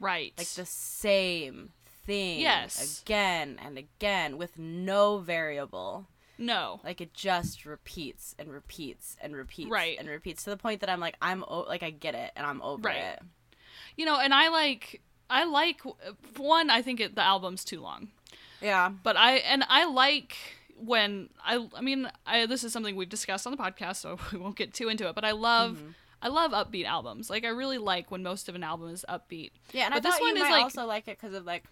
[SPEAKER 2] Right.
[SPEAKER 1] like the same thing
[SPEAKER 2] Yes.
[SPEAKER 1] again and again with no variable.
[SPEAKER 2] no.
[SPEAKER 1] Like it just repeats and repeats and repeats
[SPEAKER 2] Right.
[SPEAKER 1] and repeats to the point that I'm like I'm o- like I get it and I'm over
[SPEAKER 2] Right.
[SPEAKER 1] it.
[SPEAKER 2] You know, and I like I like one. I think it, the album's too long,
[SPEAKER 1] Yeah.
[SPEAKER 2] but I and I like when I. I mean, I this is something we've discussed on the podcast, so (laughs) we won't get too into it. But I love.
[SPEAKER 1] Mm-hmm.
[SPEAKER 2] I love upbeat albums. Like I really like when most of an album is upbeat.
[SPEAKER 1] Yeah, and I
[SPEAKER 2] But this
[SPEAKER 1] thought you
[SPEAKER 2] one is,
[SPEAKER 1] might
[SPEAKER 2] like-
[SPEAKER 1] also like it because of like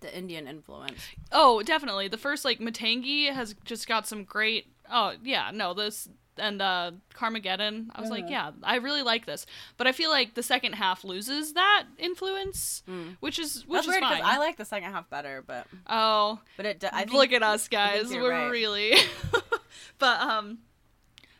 [SPEAKER 1] the Indian influence.
[SPEAKER 2] Oh, definitely. The first like Matangi has just got some great. Oh yeah, no this and uh Carmageddon. I was
[SPEAKER 1] Uh-huh.
[SPEAKER 2] like, yeah, I really like this, but I feel like the second half loses that influence, which is which
[SPEAKER 1] Mm. That's
[SPEAKER 2] is
[SPEAKER 1] weird
[SPEAKER 2] fine.
[SPEAKER 1] I like the second half better, but
[SPEAKER 2] oh,
[SPEAKER 1] but it. do- I think,
[SPEAKER 2] look at us
[SPEAKER 1] I think
[SPEAKER 2] guys.
[SPEAKER 1] you're
[SPEAKER 2] We're
[SPEAKER 1] right.
[SPEAKER 2] really. (laughs) but um,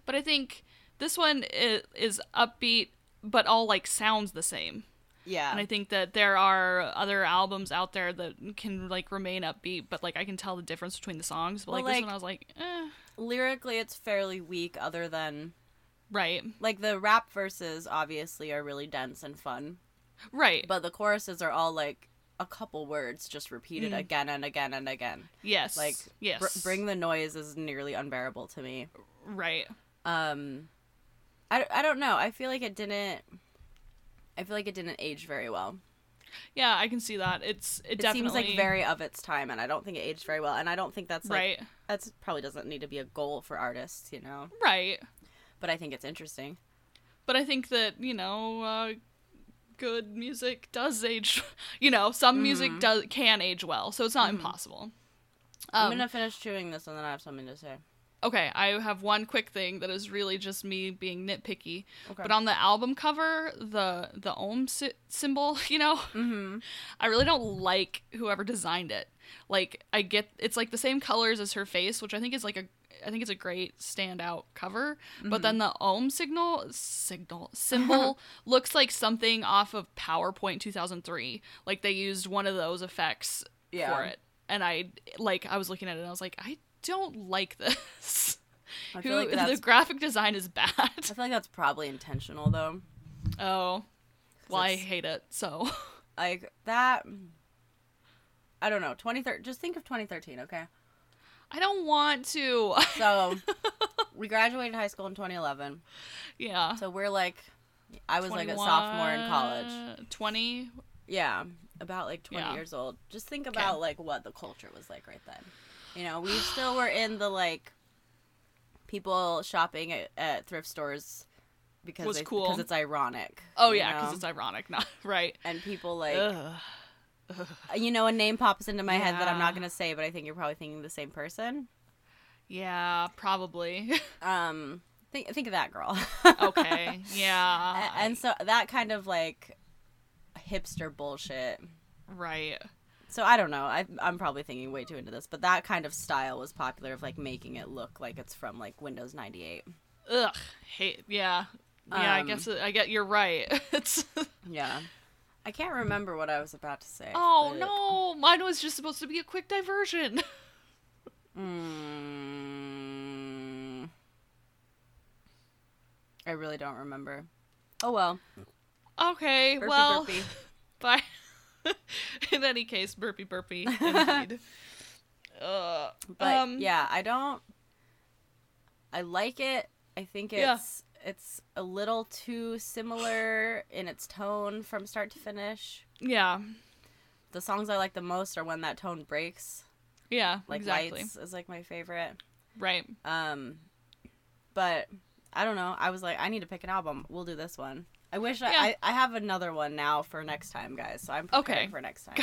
[SPEAKER 2] but I think this one is, is upbeat, but all like sounds the same.
[SPEAKER 1] yeah.
[SPEAKER 2] And I think that there are other albums out there that can like remain upbeat, but like I can tell the difference between the songs. But
[SPEAKER 1] Well,
[SPEAKER 2] like, this
[SPEAKER 1] like-
[SPEAKER 2] one, I was like, eh.
[SPEAKER 1] Lyrically, it's fairly weak. Other than
[SPEAKER 2] right,
[SPEAKER 1] like the rap verses, obviously, are really dense and fun,
[SPEAKER 2] right,
[SPEAKER 1] but the choruses are all like a couple words just repeated again and again and again.
[SPEAKER 2] yes,
[SPEAKER 1] like,
[SPEAKER 2] like Mm. yes,
[SPEAKER 1] Br- bring the noise is nearly unbearable to me.
[SPEAKER 2] right,
[SPEAKER 1] Um, I, I don't know. I feel like it didn't. I feel like it didn't age very well.
[SPEAKER 2] yeah, I can see that. It's it,
[SPEAKER 1] It
[SPEAKER 2] definitely
[SPEAKER 1] seems like very of its time, and I don't think it aged very well. And I don't think that's like
[SPEAKER 2] right,
[SPEAKER 1] that's probably doesn't need to be a goal for artists, you know.
[SPEAKER 2] right.
[SPEAKER 1] But I think it's interesting.
[SPEAKER 2] But I think that you know, uh, good music does age. (laughs) You know, some music does can age well, so it's not impossible.
[SPEAKER 1] I'm
[SPEAKER 2] Um,
[SPEAKER 1] gonna finish chewing this, and then I have something to say.
[SPEAKER 2] okay, I have one quick thing that is really just me being nitpicky.
[SPEAKER 1] Okay.
[SPEAKER 2] But on the album cover, the the ohm sy- symbol, (laughs) you know,
[SPEAKER 1] mm-hmm.
[SPEAKER 2] I really don't like whoever designed it. Like I get it's like the same colors as her face, which I think is like a I think it's a great standout cover. But then
[SPEAKER 1] Mm-hmm.
[SPEAKER 2] the ohm signal
[SPEAKER 1] (laughs)
[SPEAKER 2] signal symbol looks like something off of PowerPoint 2003. Like they used one of those effects
[SPEAKER 1] Yeah.
[SPEAKER 2] for it. And I like I was looking at it and I was like I don't like this.
[SPEAKER 1] I
[SPEAKER 2] Who
[SPEAKER 1] feel like
[SPEAKER 2] the
[SPEAKER 1] that's.
[SPEAKER 2] graphic design is
[SPEAKER 1] I (laughs)
[SPEAKER 2] bad.
[SPEAKER 1] feel like that's probably intentional, though.
[SPEAKER 2] Oh. Well, I
[SPEAKER 1] it's-
[SPEAKER 2] hate it. So, (laughs)
[SPEAKER 1] Like that. I don't know. 2013. Just think of 2013, okay?
[SPEAKER 2] I don't want to. (laughs)
[SPEAKER 1] So we graduated high school in 2011.
[SPEAKER 2] yeah.
[SPEAKER 1] So we're like, I was like a sophomore in college.
[SPEAKER 2] 21, 20
[SPEAKER 1] Yeah, about like 20
[SPEAKER 2] Yeah.
[SPEAKER 1] years old. Just think about
[SPEAKER 2] Okay.
[SPEAKER 1] like what the culture was like right then. You know, we still were in the like people shopping at, at thrift stores because
[SPEAKER 2] Was
[SPEAKER 1] they-
[SPEAKER 2] cool.
[SPEAKER 1] because it's ironic.
[SPEAKER 2] oh
[SPEAKER 1] you
[SPEAKER 2] yeah because
[SPEAKER 1] know?
[SPEAKER 2] it's ironic (laughs) not right
[SPEAKER 1] and people like
[SPEAKER 2] Ugh.
[SPEAKER 1] you know a name pops into my head that I'm
[SPEAKER 2] Yeah.
[SPEAKER 1] not gonna say, but I think you're probably thinking the same person.
[SPEAKER 2] yeah probably (laughs)
[SPEAKER 1] Um, think think of that girl. (laughs)
[SPEAKER 2] okay yeah
[SPEAKER 1] A- and so that kind of like hipster bullshit.
[SPEAKER 2] right
[SPEAKER 1] So I don't know. I, I'm probably thinking way too into this, but that kind of style was popular of like making it look like it's from like Windows 98.
[SPEAKER 2] ugh hate yeah yeah i
[SPEAKER 1] Um,
[SPEAKER 2] guess it, i get you're right (laughs) it's
[SPEAKER 1] Yeah. I can't remember what I was about to say.
[SPEAKER 2] oh
[SPEAKER 1] but-
[SPEAKER 2] no mine was just supposed to be a quick diversion (laughs)
[SPEAKER 1] Mm, I really don't remember. Oh well.
[SPEAKER 2] okay
[SPEAKER 1] Burpee,
[SPEAKER 2] well
[SPEAKER 1] burpee.
[SPEAKER 2] (laughs) bye in any case burpee burpee
[SPEAKER 1] (laughs)
[SPEAKER 2] indeed uh,
[SPEAKER 1] But
[SPEAKER 2] um
[SPEAKER 1] yeah, I don't. I like it. I think
[SPEAKER 2] Yeah.
[SPEAKER 1] it's it's a little too similar in its tone from start to finish.
[SPEAKER 2] yeah
[SPEAKER 1] The songs I like the most are when that tone breaks.
[SPEAKER 2] yeah
[SPEAKER 1] Like
[SPEAKER 2] exactly
[SPEAKER 1] lights is like my favorite.
[SPEAKER 2] right
[SPEAKER 1] Um, but I don't know. I was like, I need to pick an album. We'll do this one. I wish
[SPEAKER 2] Yeah.
[SPEAKER 1] I, I I have another one now for next time, guys. So I'm prepared
[SPEAKER 2] Okay.
[SPEAKER 1] for next
[SPEAKER 2] (laughs)
[SPEAKER 1] time.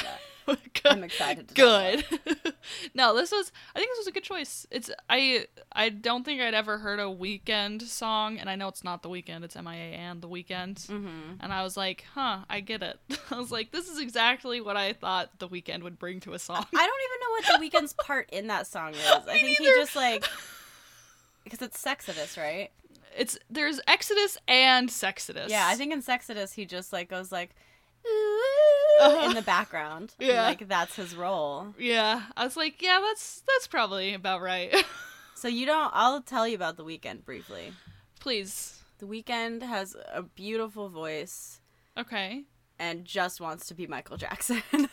[SPEAKER 1] though.
[SPEAKER 2] good.
[SPEAKER 1] I'm excited to
[SPEAKER 2] good. (laughs) no, this was. I think this was a good choice. It's. I. I don't think I'd ever heard a weekend song, and I know it's not the weekend. It's MIA and the weekend.
[SPEAKER 1] Mhm.
[SPEAKER 2] And I was like, huh, I get it. (laughs) I was like, this is exactly what I thought the weekend would bring to a song. (laughs)
[SPEAKER 1] I don't even know what the weekend's part in that song is. I
[SPEAKER 2] Me
[SPEAKER 1] think he
[SPEAKER 2] neither.
[SPEAKER 1] just like because it's Sexodus, right?
[SPEAKER 2] It's there's Exodus and Sexodus.
[SPEAKER 1] Yeah,
[SPEAKER 2] (laughs)
[SPEAKER 1] I think in Sexodus he just like goes like
[SPEAKER 2] Uh-huh.
[SPEAKER 1] in the background. And,
[SPEAKER 2] (laughs) Yeah.
[SPEAKER 1] like that's his role.
[SPEAKER 2] Yeah, I was like, yeah, that's that's probably about right. (laughs)
[SPEAKER 1] So you don't. I'll tell you about the weekend briefly.
[SPEAKER 2] Please.
[SPEAKER 1] The weekend has a beautiful voice
[SPEAKER 2] Okay.
[SPEAKER 1] and just wants to be Michael Jackson. (laughs)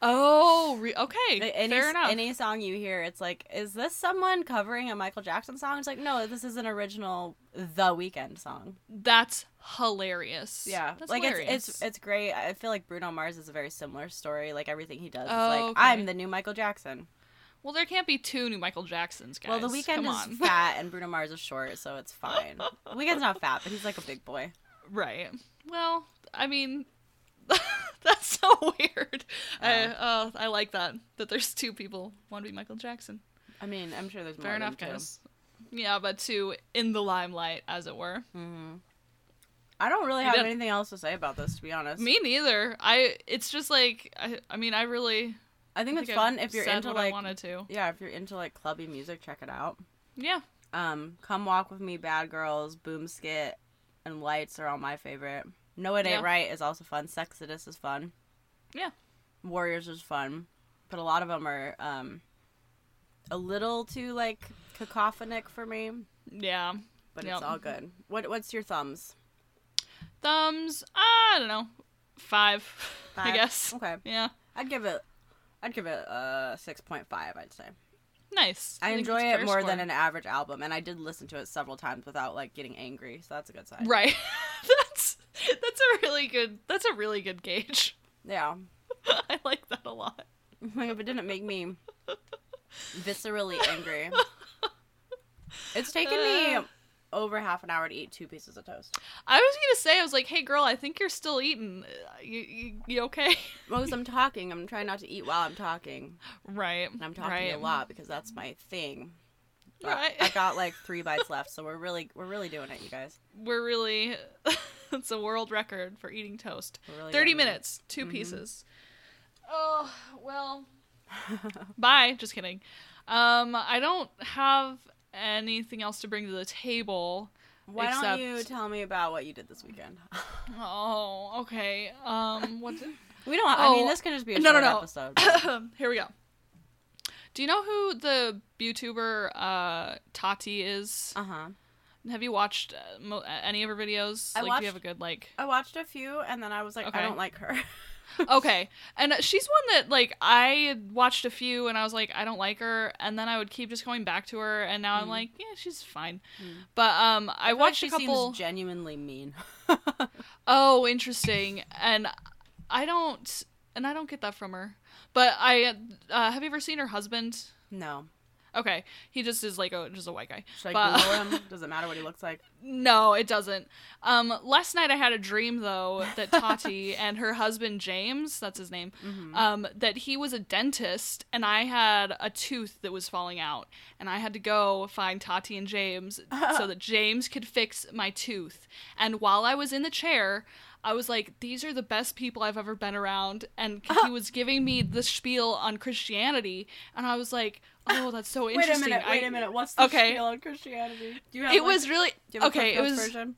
[SPEAKER 2] Oh, re- okay.
[SPEAKER 1] any,
[SPEAKER 2] Fair enough.
[SPEAKER 1] any song you hear, it's like, is this someone covering a Michael Jackson song? It's like, no, this is an original The Weekend song.
[SPEAKER 2] That's hilarious.
[SPEAKER 1] Yeah,
[SPEAKER 2] That's
[SPEAKER 1] like it's,
[SPEAKER 2] hilarious.
[SPEAKER 1] it's it's great. I feel like Bruno Mars is a very similar story. Like everything he does, is
[SPEAKER 2] Oh,
[SPEAKER 1] like
[SPEAKER 2] okay.
[SPEAKER 1] I'm the new Michael Jackson.
[SPEAKER 2] well, there can't be two new Michael Jacksons, guys.
[SPEAKER 1] well, The
[SPEAKER 2] weekend
[SPEAKER 1] Weekend
[SPEAKER 2] Come
[SPEAKER 1] is
[SPEAKER 2] on.
[SPEAKER 1] fat and Bruno Mars is short, so it's fine. Weekend's not fat, but he's like a big boy.
[SPEAKER 2] (laughs) Right. Well, I mean, (laughs) that's so weird.
[SPEAKER 1] Oh.
[SPEAKER 2] I uh, I like that that there's two people. One to be Michael Jackson.
[SPEAKER 1] I mean, I'm sure there's more
[SPEAKER 2] Fair
[SPEAKER 1] than
[SPEAKER 2] enough,
[SPEAKER 1] two.
[SPEAKER 2] guys. Yeah, but two in the limelight, as it were.
[SPEAKER 1] Mm-hmm. I don't really
[SPEAKER 2] You
[SPEAKER 1] have
[SPEAKER 2] don't-
[SPEAKER 1] anything else to say about this, to be honest.
[SPEAKER 2] Me neither. I. It's just like I. I mean, I really.
[SPEAKER 1] I think
[SPEAKER 2] I
[SPEAKER 1] it's
[SPEAKER 2] think
[SPEAKER 1] fun
[SPEAKER 2] I've
[SPEAKER 1] if you're
[SPEAKER 2] said
[SPEAKER 1] into
[SPEAKER 2] what I
[SPEAKER 1] like
[SPEAKER 2] wanted to.
[SPEAKER 1] yeah, if you're into like clubby music, check it out.
[SPEAKER 2] Yeah.
[SPEAKER 1] Um, Come Walk With Me, Bad Girls, Boom Skit, and Lights are all my favorite. No It Ain't
[SPEAKER 2] Yeah.
[SPEAKER 1] Right is also fun. Sexodus is fun.
[SPEAKER 2] Yeah.
[SPEAKER 1] Warriors is fun. But a lot of them are um, a little too like cacophonic for me,
[SPEAKER 2] Yeah.
[SPEAKER 1] but
[SPEAKER 2] Yep.
[SPEAKER 1] it's all good. What What's your thumbs?
[SPEAKER 2] Thumbs. I don't know. Five. (laughs) I
[SPEAKER 1] Five?
[SPEAKER 2] guess.
[SPEAKER 1] Okay.
[SPEAKER 2] Yeah.
[SPEAKER 1] I'd give it. I'd give it a six point five. I'd say
[SPEAKER 2] Nice.
[SPEAKER 1] I,
[SPEAKER 2] think
[SPEAKER 1] enjoy
[SPEAKER 2] that's a
[SPEAKER 1] it
[SPEAKER 2] fair
[SPEAKER 1] more
[SPEAKER 2] score.
[SPEAKER 1] than an average album, and I did listen to it several times without like getting angry, so that's a good sign.
[SPEAKER 2] Right. (laughs) that's that's a really good that's a really good gauge. (laughs)
[SPEAKER 1] Yeah,
[SPEAKER 2] I like that a lot.
[SPEAKER 1] (laughs) Like if it didn't make me viscerally angry. It's taken me
[SPEAKER 2] Uh.
[SPEAKER 1] over half an hour to eat two pieces of toast.
[SPEAKER 2] I was gonna say I was like, hey girl, I think you're still eating. Uh, You you, you okay? (laughs)
[SPEAKER 1] Well, because I'm talking, I'm trying not to eat while I'm talking,
[SPEAKER 2] Right.
[SPEAKER 1] and I'm talking
[SPEAKER 2] right.
[SPEAKER 1] a lot because that's my thing. But
[SPEAKER 2] Right.
[SPEAKER 1] I got like three bites left, so we're really we're really doing it, you guys.
[SPEAKER 2] (laughs) We're really (laughs) it's a world record for eating toast.
[SPEAKER 1] We're really
[SPEAKER 2] Thirty
[SPEAKER 1] getting there.
[SPEAKER 2] minutes, 2
[SPEAKER 1] Mhm.
[SPEAKER 2] pieces. Oh well. Bye. Just kidding. Um, I don't have anything else to bring to the table.
[SPEAKER 1] (laughs) Why don't
[SPEAKER 2] Except-
[SPEAKER 1] you tell me about what you did this weekend? (laughs)
[SPEAKER 2] Oh, okay. Um, what? did-
[SPEAKER 1] We don't. I mean,
[SPEAKER 2] Oh,
[SPEAKER 1] this could just be a
[SPEAKER 2] no, no,
[SPEAKER 1] short
[SPEAKER 2] no.
[SPEAKER 1] episode. (coughs)
[SPEAKER 2] Here we go. Do you know who the YouTuber uh, Tati is?
[SPEAKER 1] Uh huh.
[SPEAKER 2] Have you watched uh, mo- uh, any of her videos?
[SPEAKER 1] I
[SPEAKER 2] like, do
[SPEAKER 1] watched-
[SPEAKER 2] you have a good like?
[SPEAKER 1] I watched a few, and then I was like,
[SPEAKER 2] Okay.
[SPEAKER 1] I don't like her.
[SPEAKER 2] (laughs) okay, and uh, she's one that like I watched a few, and I was like, I don't like her, and then I would keep just going back to her, and now I'm
[SPEAKER 1] Mm.
[SPEAKER 2] like, yeah, she's fine.
[SPEAKER 1] Mm.
[SPEAKER 2] But um, I,
[SPEAKER 1] feel like
[SPEAKER 2] watched
[SPEAKER 1] she
[SPEAKER 2] a couple.
[SPEAKER 1] Seems genuinely mean. (laughs)
[SPEAKER 2] Oh, interesting. And I don't, and I don't get that from her. But I uh, have you ever seen her husband?
[SPEAKER 1] no.
[SPEAKER 2] Okay, he just is like a just a white guy.
[SPEAKER 1] Should I
[SPEAKER 2] But-
[SPEAKER 1] Google him? Does it matter what he looks like?
[SPEAKER 2] (laughs) No, it doesn't. Um, last night I had a dream though
[SPEAKER 1] (laughs)
[SPEAKER 2] that Tati and her husband James, that's his name,
[SPEAKER 1] Mm-hmm.
[SPEAKER 2] um, that he was a dentist and I had a tooth that was falling out and I had to go find Tati
[SPEAKER 1] (laughs)
[SPEAKER 2] and James so that James could fix my tooth. And while I was in the chair, I was like, these are the best people I've ever been around.
[SPEAKER 1] (laughs)
[SPEAKER 2] And he was giving me the spiel on Christianity. And I was like, oh, that's
[SPEAKER 1] (laughs)
[SPEAKER 2] so
[SPEAKER 1] Wait a
[SPEAKER 2] interesting.
[SPEAKER 1] minute. Wait
[SPEAKER 2] I-
[SPEAKER 1] a minute. What's the
[SPEAKER 2] Okay.
[SPEAKER 1] spiel on Christianity? Do you have
[SPEAKER 2] It
[SPEAKER 1] like,
[SPEAKER 2] was really,
[SPEAKER 1] do you have a
[SPEAKER 2] okay,
[SPEAKER 1] Cliff
[SPEAKER 2] it
[SPEAKER 1] Notes
[SPEAKER 2] was
[SPEAKER 1] version?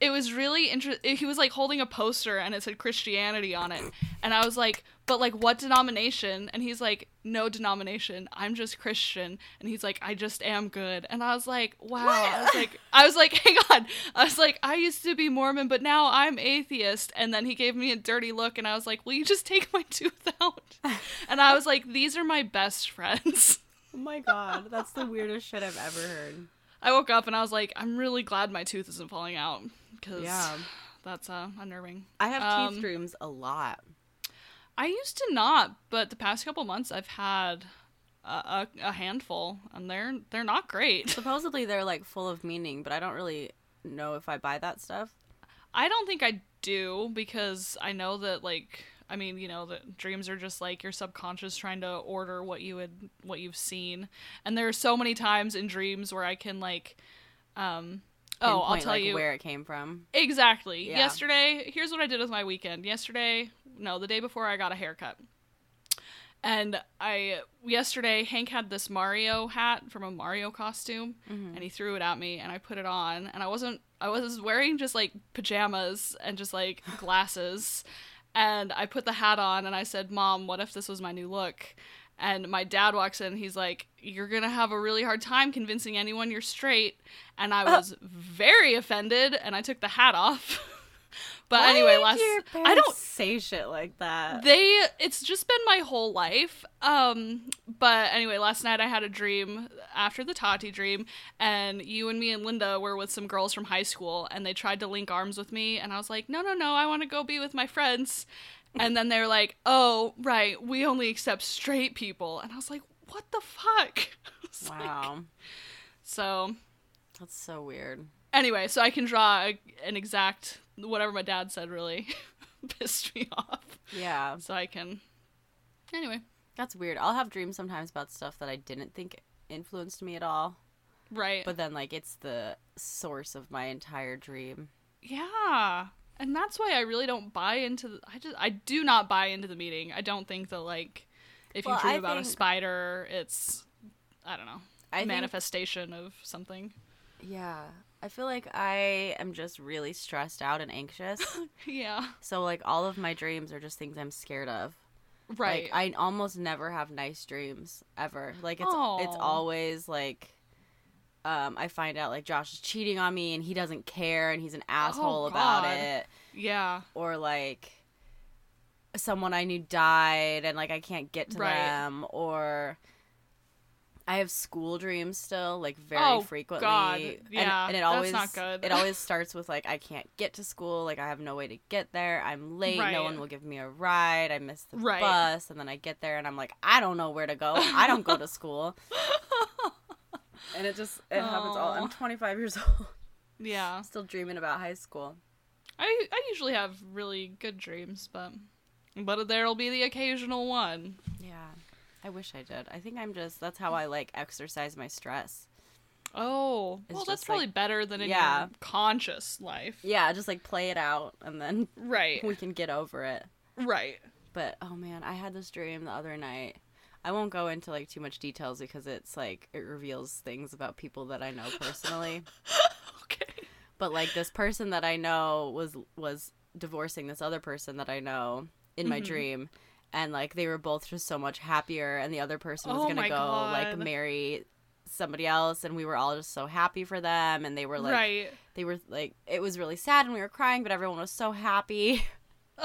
[SPEAKER 2] it was really interesting. He was like holding a poster and it said Christianity on it. And I was like, but like what denomination? And he's like, no denomination. I'm just Christian. And he's like, I just am good. And I was like, wow. I was like, I was like, (laughs) hang on. I was like, I used to be Mormon, but now I'm atheist. And then he gave me a dirty look and I was like, will you just take my (laughs) tooth out? And I was like, these are my best friends. (laughs)
[SPEAKER 1] Oh my god, that's the weirdest shit I've ever heard.
[SPEAKER 2] I woke up and I was like, I'm really glad my tooth isn't falling out because
[SPEAKER 1] Yeah.
[SPEAKER 2] that's uh, unnerving.
[SPEAKER 1] I have
[SPEAKER 2] Um,
[SPEAKER 1] teeth dreams a lot.
[SPEAKER 2] I used to not, but the past couple months I've had a, a, a handful, and they're they're not great. (laughs)
[SPEAKER 1] Supposedly they're like full of meaning, but I don't really know if I buy that stuff.
[SPEAKER 2] I don't think I do because I know that like I mean you know that dreams are just like your subconscious trying to order what you would what you've seen, and there are so many times in dreams where I can like, um, oh I'll
[SPEAKER 1] Pinpoint,
[SPEAKER 2] tell
[SPEAKER 1] like,
[SPEAKER 2] you
[SPEAKER 1] where it came from.
[SPEAKER 2] Exactly.
[SPEAKER 1] Yeah.
[SPEAKER 2] Yesterday, here's what I did with my weekend. Yesterday, no, the day before, I got a haircut. And I, yesterday, Hank had this Mario hat from a Mario costume, and he threw it at me, and I put it on, and I wasn't, I was wearing just like pajamas and just like glasses, and I put the hat on, and I said, Mom, what if this was my new look? And my dad walks in. He's like, "You're gonna have a really hard time convincing anyone you're straight." And
[SPEAKER 1] (laughs)
[SPEAKER 2] I was very offended, and I took the hat off. (laughs) but
[SPEAKER 1] Why
[SPEAKER 2] anyway,
[SPEAKER 1] did
[SPEAKER 2] last
[SPEAKER 1] your
[SPEAKER 2] I
[SPEAKER 1] parents
[SPEAKER 2] don't
[SPEAKER 1] say shit like (laughs) that.
[SPEAKER 2] they it's just been my whole life um but anyway last night i had a dream after the tati dream and you and me and linda were with some girls from high school and they tried to link arms with me and i was like no no no i want to go be with my friends and then they were like oh right we only accept straight people and i was like what the fuck (laughs) I was like-
[SPEAKER 1] wow,
[SPEAKER 2] so
[SPEAKER 1] that's so weird.
[SPEAKER 2] anyway so i can draw a, an exact whatever my dad said really (laughs) pissed me off
[SPEAKER 1] Yeah,
[SPEAKER 2] so i can anyway
[SPEAKER 1] that's weird. I'll have dreams sometimes about stuff that I didn't think influenced me at all,
[SPEAKER 2] Right.
[SPEAKER 1] but then like it's the source of my entire dream.
[SPEAKER 2] yeah. And that's why I really don't buy into the, I just I do not buy into the meeting. I don't think that like if
[SPEAKER 1] Well,
[SPEAKER 2] you dream
[SPEAKER 1] I
[SPEAKER 2] about a
[SPEAKER 1] think-
[SPEAKER 2] spider, it's I don't know.
[SPEAKER 1] I think-
[SPEAKER 2] manifestation of something. (laughs)
[SPEAKER 1] Yeah, I feel like I am just really stressed out and (laughs) anxious.
[SPEAKER 2] Yeah.
[SPEAKER 1] so like all of my dreams are just things I'm scared of.
[SPEAKER 2] Right.
[SPEAKER 1] Like, I almost never have nice dreams ever. Like it's it's
[SPEAKER 2] Aw.
[SPEAKER 1] always like um I find out like Josh is cheating on me and he doesn't care and he's an asshole about
[SPEAKER 2] Oh, God.
[SPEAKER 1] it
[SPEAKER 2] yeah.
[SPEAKER 1] or like someone I knew died and like I can't get to
[SPEAKER 2] Right.
[SPEAKER 1] them or I have school dreams still like very
[SPEAKER 2] Oh,
[SPEAKER 1] frequently
[SPEAKER 2] God.
[SPEAKER 1] And-
[SPEAKER 2] Yeah,
[SPEAKER 1] and, it
[SPEAKER 2] that's
[SPEAKER 1] always
[SPEAKER 2] not good.
[SPEAKER 1] it
[SPEAKER 2] (laughs)
[SPEAKER 1] always starts with like I can't get to school like I have no way to get there I'm late
[SPEAKER 2] Right.
[SPEAKER 1] no one will give me a ride I miss the
[SPEAKER 2] Right.
[SPEAKER 1] bus and then I get there and I'm like I don't know where to go I don't
[SPEAKER 2] (laughs)
[SPEAKER 1] go to school and it just it happens all
[SPEAKER 2] Aw.
[SPEAKER 1] I'm 25 years (laughs) old
[SPEAKER 2] Yeah.
[SPEAKER 1] I'm still dreaming about high school
[SPEAKER 2] I I usually have really good dreams, but but there'll be the occasional one.
[SPEAKER 1] Yeah. I wish I did. I think I'm just that's how I like exercise my stress.
[SPEAKER 2] Oh,
[SPEAKER 1] It's
[SPEAKER 2] well, that's
[SPEAKER 1] just, like-
[SPEAKER 2] probably better than in
[SPEAKER 1] Yeah.
[SPEAKER 2] your conscious life.
[SPEAKER 1] Yeah, just like play it out and then (laughs)
[SPEAKER 2] Right.
[SPEAKER 1] we can get over it. (laughs)
[SPEAKER 2] Right.
[SPEAKER 1] But oh man, I had this dream the other night. I won't go into like too much details because it's like it reveals things about people that I know personally.
[SPEAKER 2] Okay.
[SPEAKER 1] but like this person that I know was was divorcing this other person that I know in my
[SPEAKER 2] Mhm.
[SPEAKER 1] dream and like they were both just so much happier and the other person was
[SPEAKER 2] Oh
[SPEAKER 1] going to
[SPEAKER 2] my
[SPEAKER 1] go like
[SPEAKER 2] God.
[SPEAKER 1] marry somebody else and we were all just so happy for them and they were like
[SPEAKER 2] right.
[SPEAKER 1] they were like it was really sad and we were crying but everyone was so
[SPEAKER 2] (laughs)
[SPEAKER 1] happy (laughs)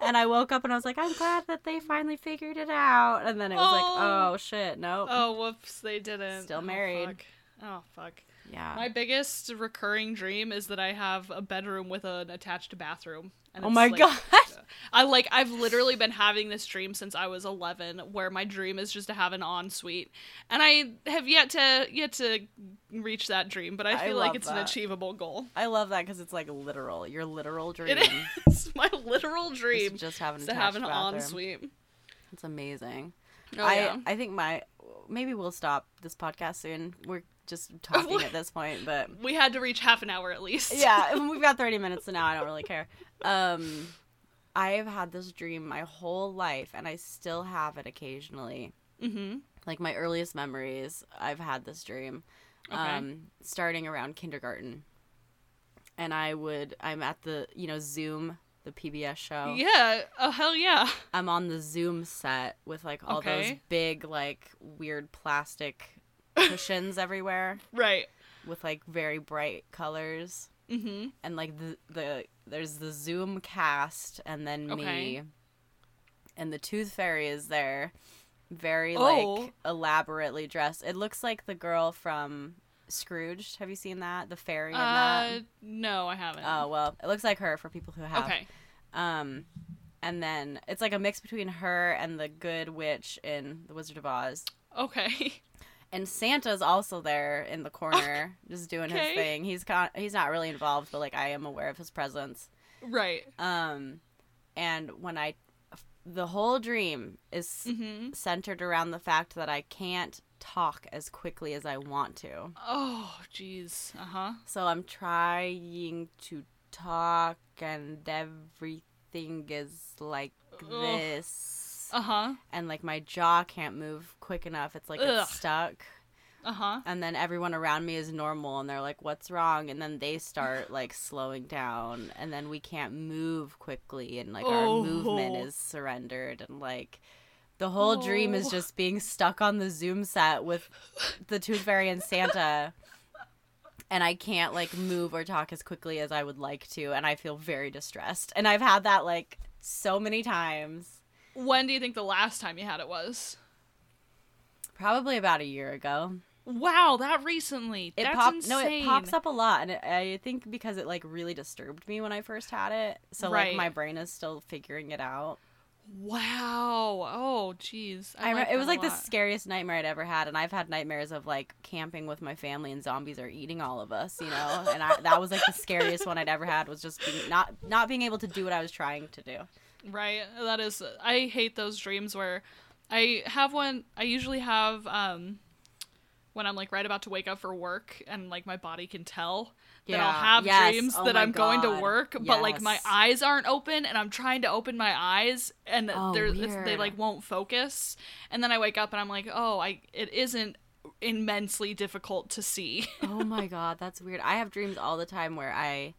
[SPEAKER 1] and I woke up and I was like I'm glad that they finally figured it out and then it was
[SPEAKER 2] Oh.
[SPEAKER 1] like oh shit no
[SPEAKER 2] Oh, whoops, they didn't.
[SPEAKER 1] Still
[SPEAKER 2] Oh,
[SPEAKER 1] married.
[SPEAKER 2] fuck. Oh, fuck.
[SPEAKER 1] yeah
[SPEAKER 2] My biggest recurring dream is that I have a bedroom with an attached bathroom. And
[SPEAKER 1] Oh
[SPEAKER 2] it's,
[SPEAKER 1] my
[SPEAKER 2] like-
[SPEAKER 1] God.
[SPEAKER 2] (laughs) I like I've literally been having this dream since I was 11 where my dream is just to have an ensuite. And I have yet to yet to reach that dream, but I
[SPEAKER 1] I
[SPEAKER 2] feel like
[SPEAKER 1] love
[SPEAKER 2] it's an
[SPEAKER 1] that.
[SPEAKER 2] achievable goal.
[SPEAKER 1] I love that cuz it's like literal your literal dream
[SPEAKER 2] It is (laughs) my literal
[SPEAKER 1] is
[SPEAKER 2] dream
[SPEAKER 1] to just have an
[SPEAKER 2] to have
[SPEAKER 1] attached
[SPEAKER 2] an
[SPEAKER 1] bathroom.
[SPEAKER 2] ensuite.
[SPEAKER 1] It's amazing.
[SPEAKER 2] Oh
[SPEAKER 1] I
[SPEAKER 2] yeah.
[SPEAKER 1] I think my maybe we'll stop this podcast soon. We're
[SPEAKER 2] (laughs)
[SPEAKER 1] just talking at this point, but
[SPEAKER 2] We had to reach half an hour at least.
[SPEAKER 1] yeah, (laughs) we've got 30 minutes so now. I don't really care. Um I have had this dream my whole life and I still have it occasionally.
[SPEAKER 2] Mhm.
[SPEAKER 1] Like my earliest memories, I've had this dream.
[SPEAKER 2] Okay.
[SPEAKER 1] Um starting around kindergarten. And I would I'm at the, you know, Zoom, the PBS show.
[SPEAKER 2] Yeah. Oh hell yeah. (laughs)
[SPEAKER 1] I'm on the Zoom set with like all those
[SPEAKER 2] Okay.
[SPEAKER 1] big like weird plastic
[SPEAKER 2] (laughs)
[SPEAKER 1] cushions everywhere
[SPEAKER 2] Right.
[SPEAKER 1] with like very bright colors
[SPEAKER 2] Mhm.
[SPEAKER 1] and like the, the there's the Zoom cast and then me
[SPEAKER 2] Okay.
[SPEAKER 1] and the Tooth Fairy is there very like
[SPEAKER 2] Oh.
[SPEAKER 1] elaborately dressed. It looks like the girl from Scrooge. Have you seen that? The fairy in
[SPEAKER 2] Uh, no, I haven't.
[SPEAKER 1] that. Oh well, it looks like her for people who have.
[SPEAKER 2] okay. (laughs)
[SPEAKER 1] Um, and then it's like a mix between her and the good witch in The Wizard of Oz.
[SPEAKER 2] Okay. (laughs)
[SPEAKER 1] And Santa's also there in the corner, just doing
[SPEAKER 2] Okay.
[SPEAKER 1] his thing. He's con- he's not really involved, but like I am aware of his presence.
[SPEAKER 2] right.
[SPEAKER 1] Um, and when I, the whole dream is
[SPEAKER 2] Mm-hmm.
[SPEAKER 1] centered around the fact that I can't talk as quickly as I want to.
[SPEAKER 2] Oh, jeez. Uh huh.
[SPEAKER 1] So I'm trying to talk, and everything is like
[SPEAKER 2] Ugh.
[SPEAKER 1] this.
[SPEAKER 2] Uh huh.
[SPEAKER 1] and like my jaw can't move quick enough. It's like
[SPEAKER 2] Ugh.
[SPEAKER 1] it's stuck.
[SPEAKER 2] Uh huh.
[SPEAKER 1] And then everyone around me is normal and they're like, what's wrong? And then they
[SPEAKER 2] (sighs)
[SPEAKER 1] start like slowing down and then we can't move quickly and like our movement
[SPEAKER 2] Oh.
[SPEAKER 1] is surrendered and like The whole dream is
[SPEAKER 2] Oh.
[SPEAKER 1] just being stuck on the Zoom set with the Tooth Fairy and Santa. And I can't like move or talk as quickly as I would like to. And I feel very distressed. And I've had that like so many times.
[SPEAKER 2] When do you think the last time you had it was?
[SPEAKER 1] Probably about a year ago.
[SPEAKER 2] Wow, that recently.
[SPEAKER 1] It
[SPEAKER 2] That's
[SPEAKER 1] pops no,
[SPEAKER 2] insane.
[SPEAKER 1] it pops up a lot, and it, I think because it like really disturbed me when I first had it, so
[SPEAKER 2] Right.
[SPEAKER 1] like my brain is still figuring it out.
[SPEAKER 2] Wow. Oh, jeez.
[SPEAKER 1] I
[SPEAKER 2] I,
[SPEAKER 1] remember,
[SPEAKER 2] like
[SPEAKER 1] it was
[SPEAKER 2] that a
[SPEAKER 1] like the
[SPEAKER 2] lot.
[SPEAKER 1] scariest nightmare I'd ever had, and I've had nightmares of like camping with my family and zombies are eating all of us, you know. And I, that was like the scariest one I'd ever had was just being, not not being able to do what I was trying to do.
[SPEAKER 2] Right. That is I hate those dreams where I have one I usually have um when I'm like right about to wake up for work and like my body can tell that I'll
[SPEAKER 1] Yeah.
[SPEAKER 2] have
[SPEAKER 1] Yes.
[SPEAKER 2] dreams
[SPEAKER 1] Oh
[SPEAKER 2] that
[SPEAKER 1] my
[SPEAKER 2] I'm going
[SPEAKER 1] God.
[SPEAKER 2] to work, but like my
[SPEAKER 1] Yes.
[SPEAKER 2] eyes aren't open and I'm trying to open my eyes and
[SPEAKER 1] Oh,
[SPEAKER 2] they're it's, they
[SPEAKER 1] weird.
[SPEAKER 2] like won't focus. And then I wake up and I'm like, "Oh, I it isn't immensely difficult to see." (laughs)
[SPEAKER 1] oh my god, that's weird. I have dreams all the time where I,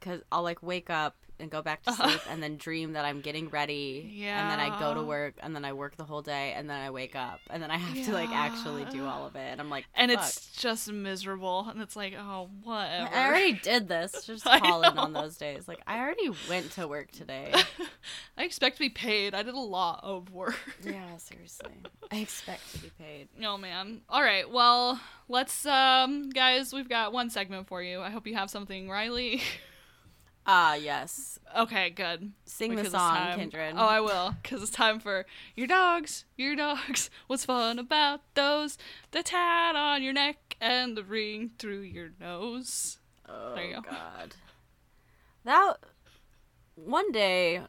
[SPEAKER 1] cause I'll like wake up and go back to
[SPEAKER 2] Uh-huh.
[SPEAKER 1] sleep, and then dream that I'm getting ready, and then I go to
[SPEAKER 2] Yeah.
[SPEAKER 1] work, and then I work the whole day, and then I wake up, and then I have to like actually do all of it, and I'm like,
[SPEAKER 2] and
[SPEAKER 1] "Fuck,
[SPEAKER 2] it's just miserable and it's like, "Oh, whatever."
[SPEAKER 1] I
[SPEAKER 2] (laughs)
[SPEAKER 1] already did this. Just
[SPEAKER 2] I
[SPEAKER 1] call in on
[SPEAKER 2] know.
[SPEAKER 1] those days. Like I already went to work
[SPEAKER 2] (laughs)
[SPEAKER 1] today.
[SPEAKER 2] I expect to be paid. I did a lot of work.
[SPEAKER 1] yeah, seriously. I expect to be paid.
[SPEAKER 2] Oh man. All right. Well, let's um guys, we've got one segment for you. I hope you have something, Riley. (laughs)
[SPEAKER 1] Ah, yes.
[SPEAKER 2] okay, good.
[SPEAKER 1] Sing the
[SPEAKER 2] Because it's
[SPEAKER 1] song,
[SPEAKER 2] time-
[SPEAKER 1] Kindred.
[SPEAKER 2] Oh, I will, cuz it's time for your dogs, your dogs. (laughs) What's fun about those? The tat on your neck and the ring through your nose.
[SPEAKER 1] Oh
[SPEAKER 2] There you go.
[SPEAKER 1] God. (laughs) That one day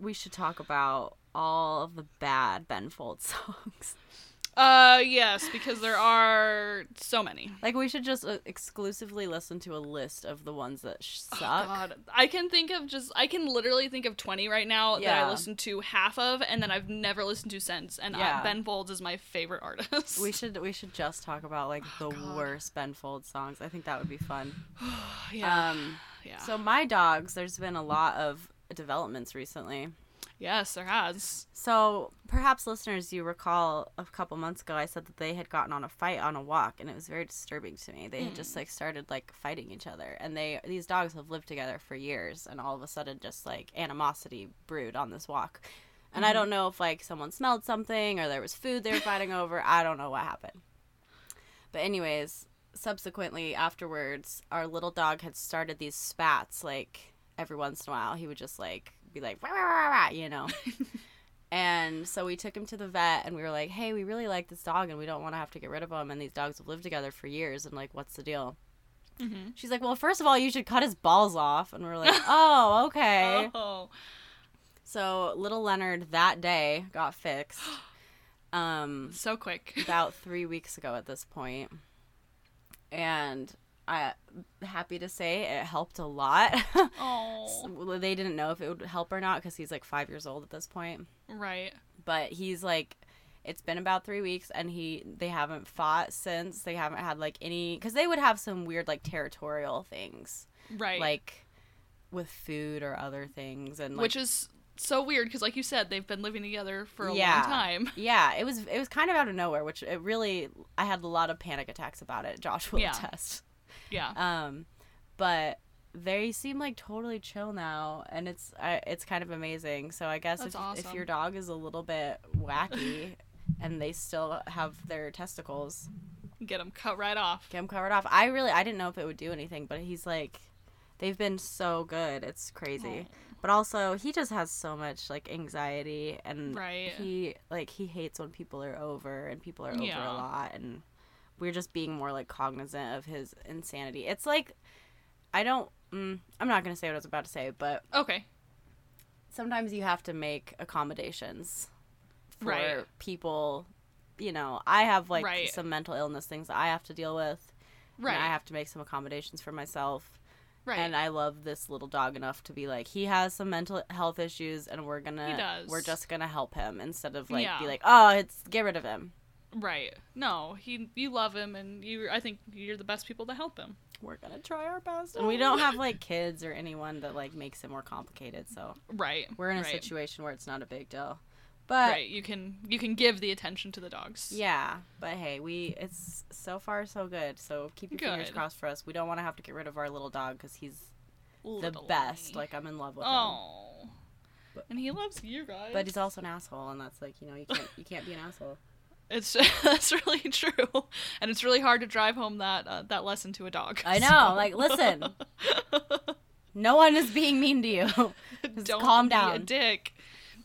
[SPEAKER 1] we should talk about all of the bad Ben Folds (laughs) songs.
[SPEAKER 2] Uh yes, because there are so many.
[SPEAKER 1] Like we should just uh, exclusively listen to a list of the ones that sh- suck.
[SPEAKER 2] Oh, God, I can think of just I can literally think of 20 right now that
[SPEAKER 1] Yeah.
[SPEAKER 2] I listened to half of and then I've never listened to since and
[SPEAKER 1] Yeah.
[SPEAKER 2] I, Ben Folds is my favorite artist. (sighs)
[SPEAKER 1] we should we should just talk about like the
[SPEAKER 2] Oh, God.
[SPEAKER 1] worst Ben Folds songs. I think that would be fun.
[SPEAKER 2] yeah.
[SPEAKER 1] Um
[SPEAKER 2] yeah.
[SPEAKER 1] So my dogs, there's been a lot of developments recently.
[SPEAKER 2] yes, there has.
[SPEAKER 1] So perhaps listeners, you recall a couple months ago, I said that they had gotten on a fight on a walk, and it was very disturbing to me. They had just like started like fighting each other, and they these dogs have lived together for years, and all of a sudden, just like animosity brewed on this walk. And I don't know if like someone smelled something or there was food they were fighting over. I don't know what happened. But anyways, subsequently afterwards, our little dog had started these spats like every once in a while. He would just like be like, "Wah, wah, wah, wah," you know. and so we took him to the vet and we were like, "Hey, we really like this dog and we don't want to have to get rid of him and these dogs have lived together for years and like what's the deal?"
[SPEAKER 2] Mhm.
[SPEAKER 1] She's like, "Well, first of all, you should cut his balls off." And we're like, "Oh, okay."
[SPEAKER 2] Oh.
[SPEAKER 1] So, little Leonard that day got fixed. Um
[SPEAKER 2] So
[SPEAKER 1] (laughs)
[SPEAKER 2] quick.
[SPEAKER 1] about three weeks ago at this point, and I happy to say it helped a lot. (laughs)
[SPEAKER 2] Oh.
[SPEAKER 1] they didn't know if it would help or not because he's like five years old at this point,
[SPEAKER 2] Right.
[SPEAKER 1] but he's like. It's been about three weeks, and he they haven't fought since. They haven't had like any because they would have some weird like territorial things,
[SPEAKER 2] Right.
[SPEAKER 1] like with food or other things, and like,
[SPEAKER 2] which is so weird cuz like you said they've been living together for a
[SPEAKER 1] Yeah.
[SPEAKER 2] long time. (laughs)
[SPEAKER 1] Yeah, it was it was kind of out of nowhere, which it really I had a lot of panic attacks about it. Josh will
[SPEAKER 2] Yeah.
[SPEAKER 1] attest.
[SPEAKER 2] Yeah.
[SPEAKER 1] Um, but they seem like totally chill now, and it's I it's kind of amazing. So I guess
[SPEAKER 2] That's
[SPEAKER 1] if, if
[SPEAKER 2] awesome.
[SPEAKER 1] your dog is a little bit wacky. And they still have their testicles.
[SPEAKER 2] Get them cut right off.
[SPEAKER 1] Get 'em covered off. I really, I didn't know if it would do anything, but he's like, they've been so good. It's crazy. But also, he just has so much like anxiety, and
[SPEAKER 2] Right.
[SPEAKER 1] he like he hates when people are over, and people are over
[SPEAKER 2] Yeah.
[SPEAKER 1] a lot, and we're just being more like cognizant of his insanity. It's like I don't. Mm, I'm not gonna say what I was about to say, but
[SPEAKER 2] Okay.
[SPEAKER 1] sometimes you have to make accommodations for
[SPEAKER 2] Right.
[SPEAKER 1] people. You know, I have like
[SPEAKER 2] Right.
[SPEAKER 1] some mental illness things that I have to deal with. and
[SPEAKER 2] Right.
[SPEAKER 1] I have to make some accommodations for myself.
[SPEAKER 2] right.
[SPEAKER 1] And uh, I love this little dog enough to be like, he has some mental health issues, and we're gonna,
[SPEAKER 2] He does.
[SPEAKER 1] we're just gonna help him instead of like
[SPEAKER 2] Yeah.
[SPEAKER 1] be like, oh, it's get rid of him.
[SPEAKER 2] right. No, he you love him and you I think you're the best people to help him.
[SPEAKER 1] We're gonna try our best, and we
[SPEAKER 2] Oh.
[SPEAKER 1] don't have like kids or anyone that like makes it more complicated. So
[SPEAKER 2] Right.
[SPEAKER 1] we're in a
[SPEAKER 2] right.
[SPEAKER 1] situation where it's not a big deal. But
[SPEAKER 2] right, you can you can give the attention to the dogs.
[SPEAKER 1] yeah, but hey, we it's so far so good. So keep your fingers
[SPEAKER 2] Good.
[SPEAKER 1] crossed for us. We don't want to have to get rid of our little dog because he's
[SPEAKER 2] Little
[SPEAKER 1] the best.
[SPEAKER 2] Lenny.
[SPEAKER 1] Like I'm in love with him.
[SPEAKER 2] oh,
[SPEAKER 1] But-
[SPEAKER 2] and he loves you guys.
[SPEAKER 1] But he's also an asshole, and that's like you know you can't you can't be an asshole.
[SPEAKER 2] it's (laughs) that's really true, and it's really hard to drive home that uh, that lesson to a dog.
[SPEAKER 1] I know, like,
[SPEAKER 2] (laughs)
[SPEAKER 1] listen. No one is being mean to you. Just
[SPEAKER 2] Don't
[SPEAKER 1] calm
[SPEAKER 2] be a
[SPEAKER 1] down.
[SPEAKER 2] dick.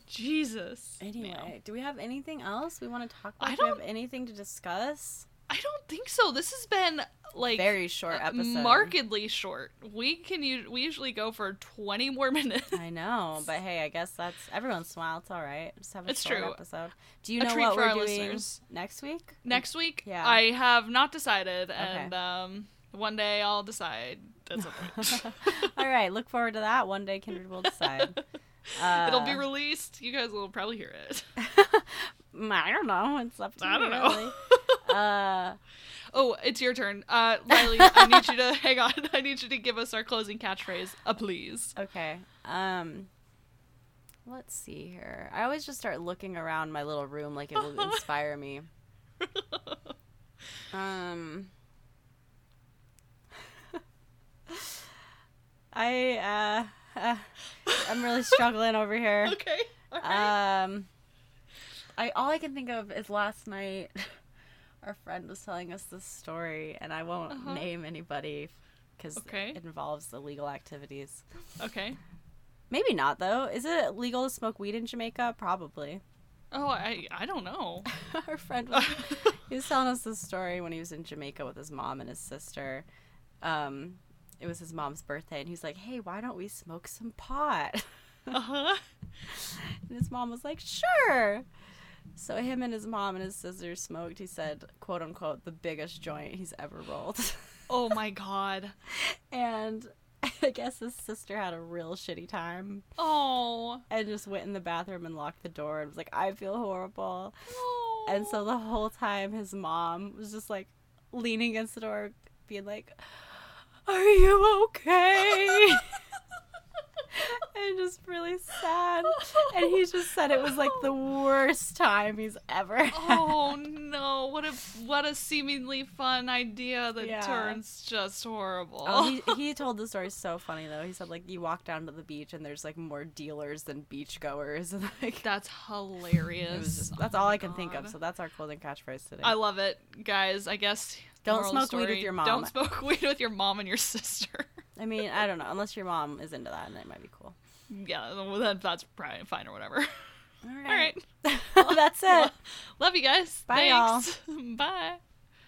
[SPEAKER 2] Jesus. Yeah.
[SPEAKER 1] Anyway, do we have anything else we want to talk about?
[SPEAKER 2] I
[SPEAKER 1] do we have anything to discuss?
[SPEAKER 2] I don't think so. This has been like
[SPEAKER 1] Very short
[SPEAKER 2] uh,
[SPEAKER 1] episode.
[SPEAKER 2] markedly short. We can u- we usually go for twenty more minutes.
[SPEAKER 1] I
[SPEAKER 2] (laughs)
[SPEAKER 1] know, but hey, I guess that's every once in a while. It's all right. Just have a
[SPEAKER 2] It's
[SPEAKER 1] short
[SPEAKER 2] true.
[SPEAKER 1] episode. Do (laughs) you
[SPEAKER 2] A
[SPEAKER 1] know
[SPEAKER 2] treat
[SPEAKER 1] what
[SPEAKER 2] for
[SPEAKER 1] we're
[SPEAKER 2] our
[SPEAKER 1] doing
[SPEAKER 2] listeners.
[SPEAKER 1] next week?
[SPEAKER 2] Next week,
[SPEAKER 1] Yeah.
[SPEAKER 2] I have not decided, and um, one day I'll decide.
[SPEAKER 1] (laughs)
[SPEAKER 2] That's okay.
[SPEAKER 1] (laughs) all right. Look forward to that. One day, Kindred will decide. Uh,
[SPEAKER 2] (laughs) It'll be released. You guys will probably hear it.
[SPEAKER 1] (laughs)
[SPEAKER 2] (laughs)
[SPEAKER 1] I don't know. It's up to
[SPEAKER 2] I
[SPEAKER 1] you,
[SPEAKER 2] don't know.
[SPEAKER 1] really. Uh,
[SPEAKER 2] (laughs) oh, it's your turn, uh, Lily. I need you to (laughs) hang on. I need you to give us our closing catchphrase, a please.
[SPEAKER 1] okay. Um, let's see here. I always just start looking around my little room, like it
[SPEAKER 2] (laughs)
[SPEAKER 1] will inspire me. Um, (laughs) I uh, uh, (laughs) I'm
[SPEAKER 2] (laughs)
[SPEAKER 1] really struggling over here.
[SPEAKER 2] okay. All right.
[SPEAKER 1] Um, I all I can think of is last night. (laughs) Our friend was telling us this story, and I won't
[SPEAKER 2] Uh-huh.
[SPEAKER 1] name anybody because
[SPEAKER 2] Okay.
[SPEAKER 1] it involves illegal activities.
[SPEAKER 2] okay.
[SPEAKER 1] Maybe not though. Is it legal to smoke weed in Jamaica? Probably. (laughs)
[SPEAKER 2] Oh, I I don't know. (laughs) Uh-huh.
[SPEAKER 1] Our friend was he was telling us this story when he was in Jamaica with his mom and his sister. Um, it was his mom's birthday, and he's like, "Hey, why don't we smoke some pot?" (laughs)
[SPEAKER 2] uh-huh.
[SPEAKER 1] And his mom was like, "Sure." So him and his mom and his sister smoked. He said, "quote unquote," the biggest joint he's ever rolled. (laughs)
[SPEAKER 2] Oh my god.
[SPEAKER 1] and (laughs) I guess his sister had a real shitty time
[SPEAKER 2] Oh.
[SPEAKER 1] and just went in the bathroom and locked the door and was like, "I feel horrible."
[SPEAKER 2] Oh.
[SPEAKER 1] And so the whole time, his mom was just like leaning against the door, being like, Are you
[SPEAKER 2] (laughs)
[SPEAKER 1] okay? and just really sad. And he just said it was like the worst time he's ever had. (laughs)
[SPEAKER 2] Oh no! What a what a seemingly fun idea that
[SPEAKER 1] Yeah.
[SPEAKER 2] turns just horrible.
[SPEAKER 1] Oh, he, he told the story so funny though. He said like you walk down to the beach and there's like more dealers than beachgoers (laughs) and like
[SPEAKER 2] (laughs) that's
[SPEAKER 1] it was
[SPEAKER 2] hilarious.
[SPEAKER 1] just, that's all I can think of.
[SPEAKER 2] God.
[SPEAKER 1] So that's our clothing catchphrase today.
[SPEAKER 2] I love it, guys. I guess
[SPEAKER 1] Don't
[SPEAKER 2] moral of the
[SPEAKER 1] smoke weed with your mom.
[SPEAKER 2] Don't smoke (laughs) weed with your mom and your sister. (laughs)
[SPEAKER 1] I mean I don't know unless your mom is into that and it might be cool.
[SPEAKER 2] yeah, well, that, that's probably fine or whatever. (laughs)
[SPEAKER 1] All
[SPEAKER 2] All right,
[SPEAKER 1] (laughs) that's it.
[SPEAKER 2] love you guys.
[SPEAKER 1] Bye,
[SPEAKER 2] Thanks. (laughs) Bye.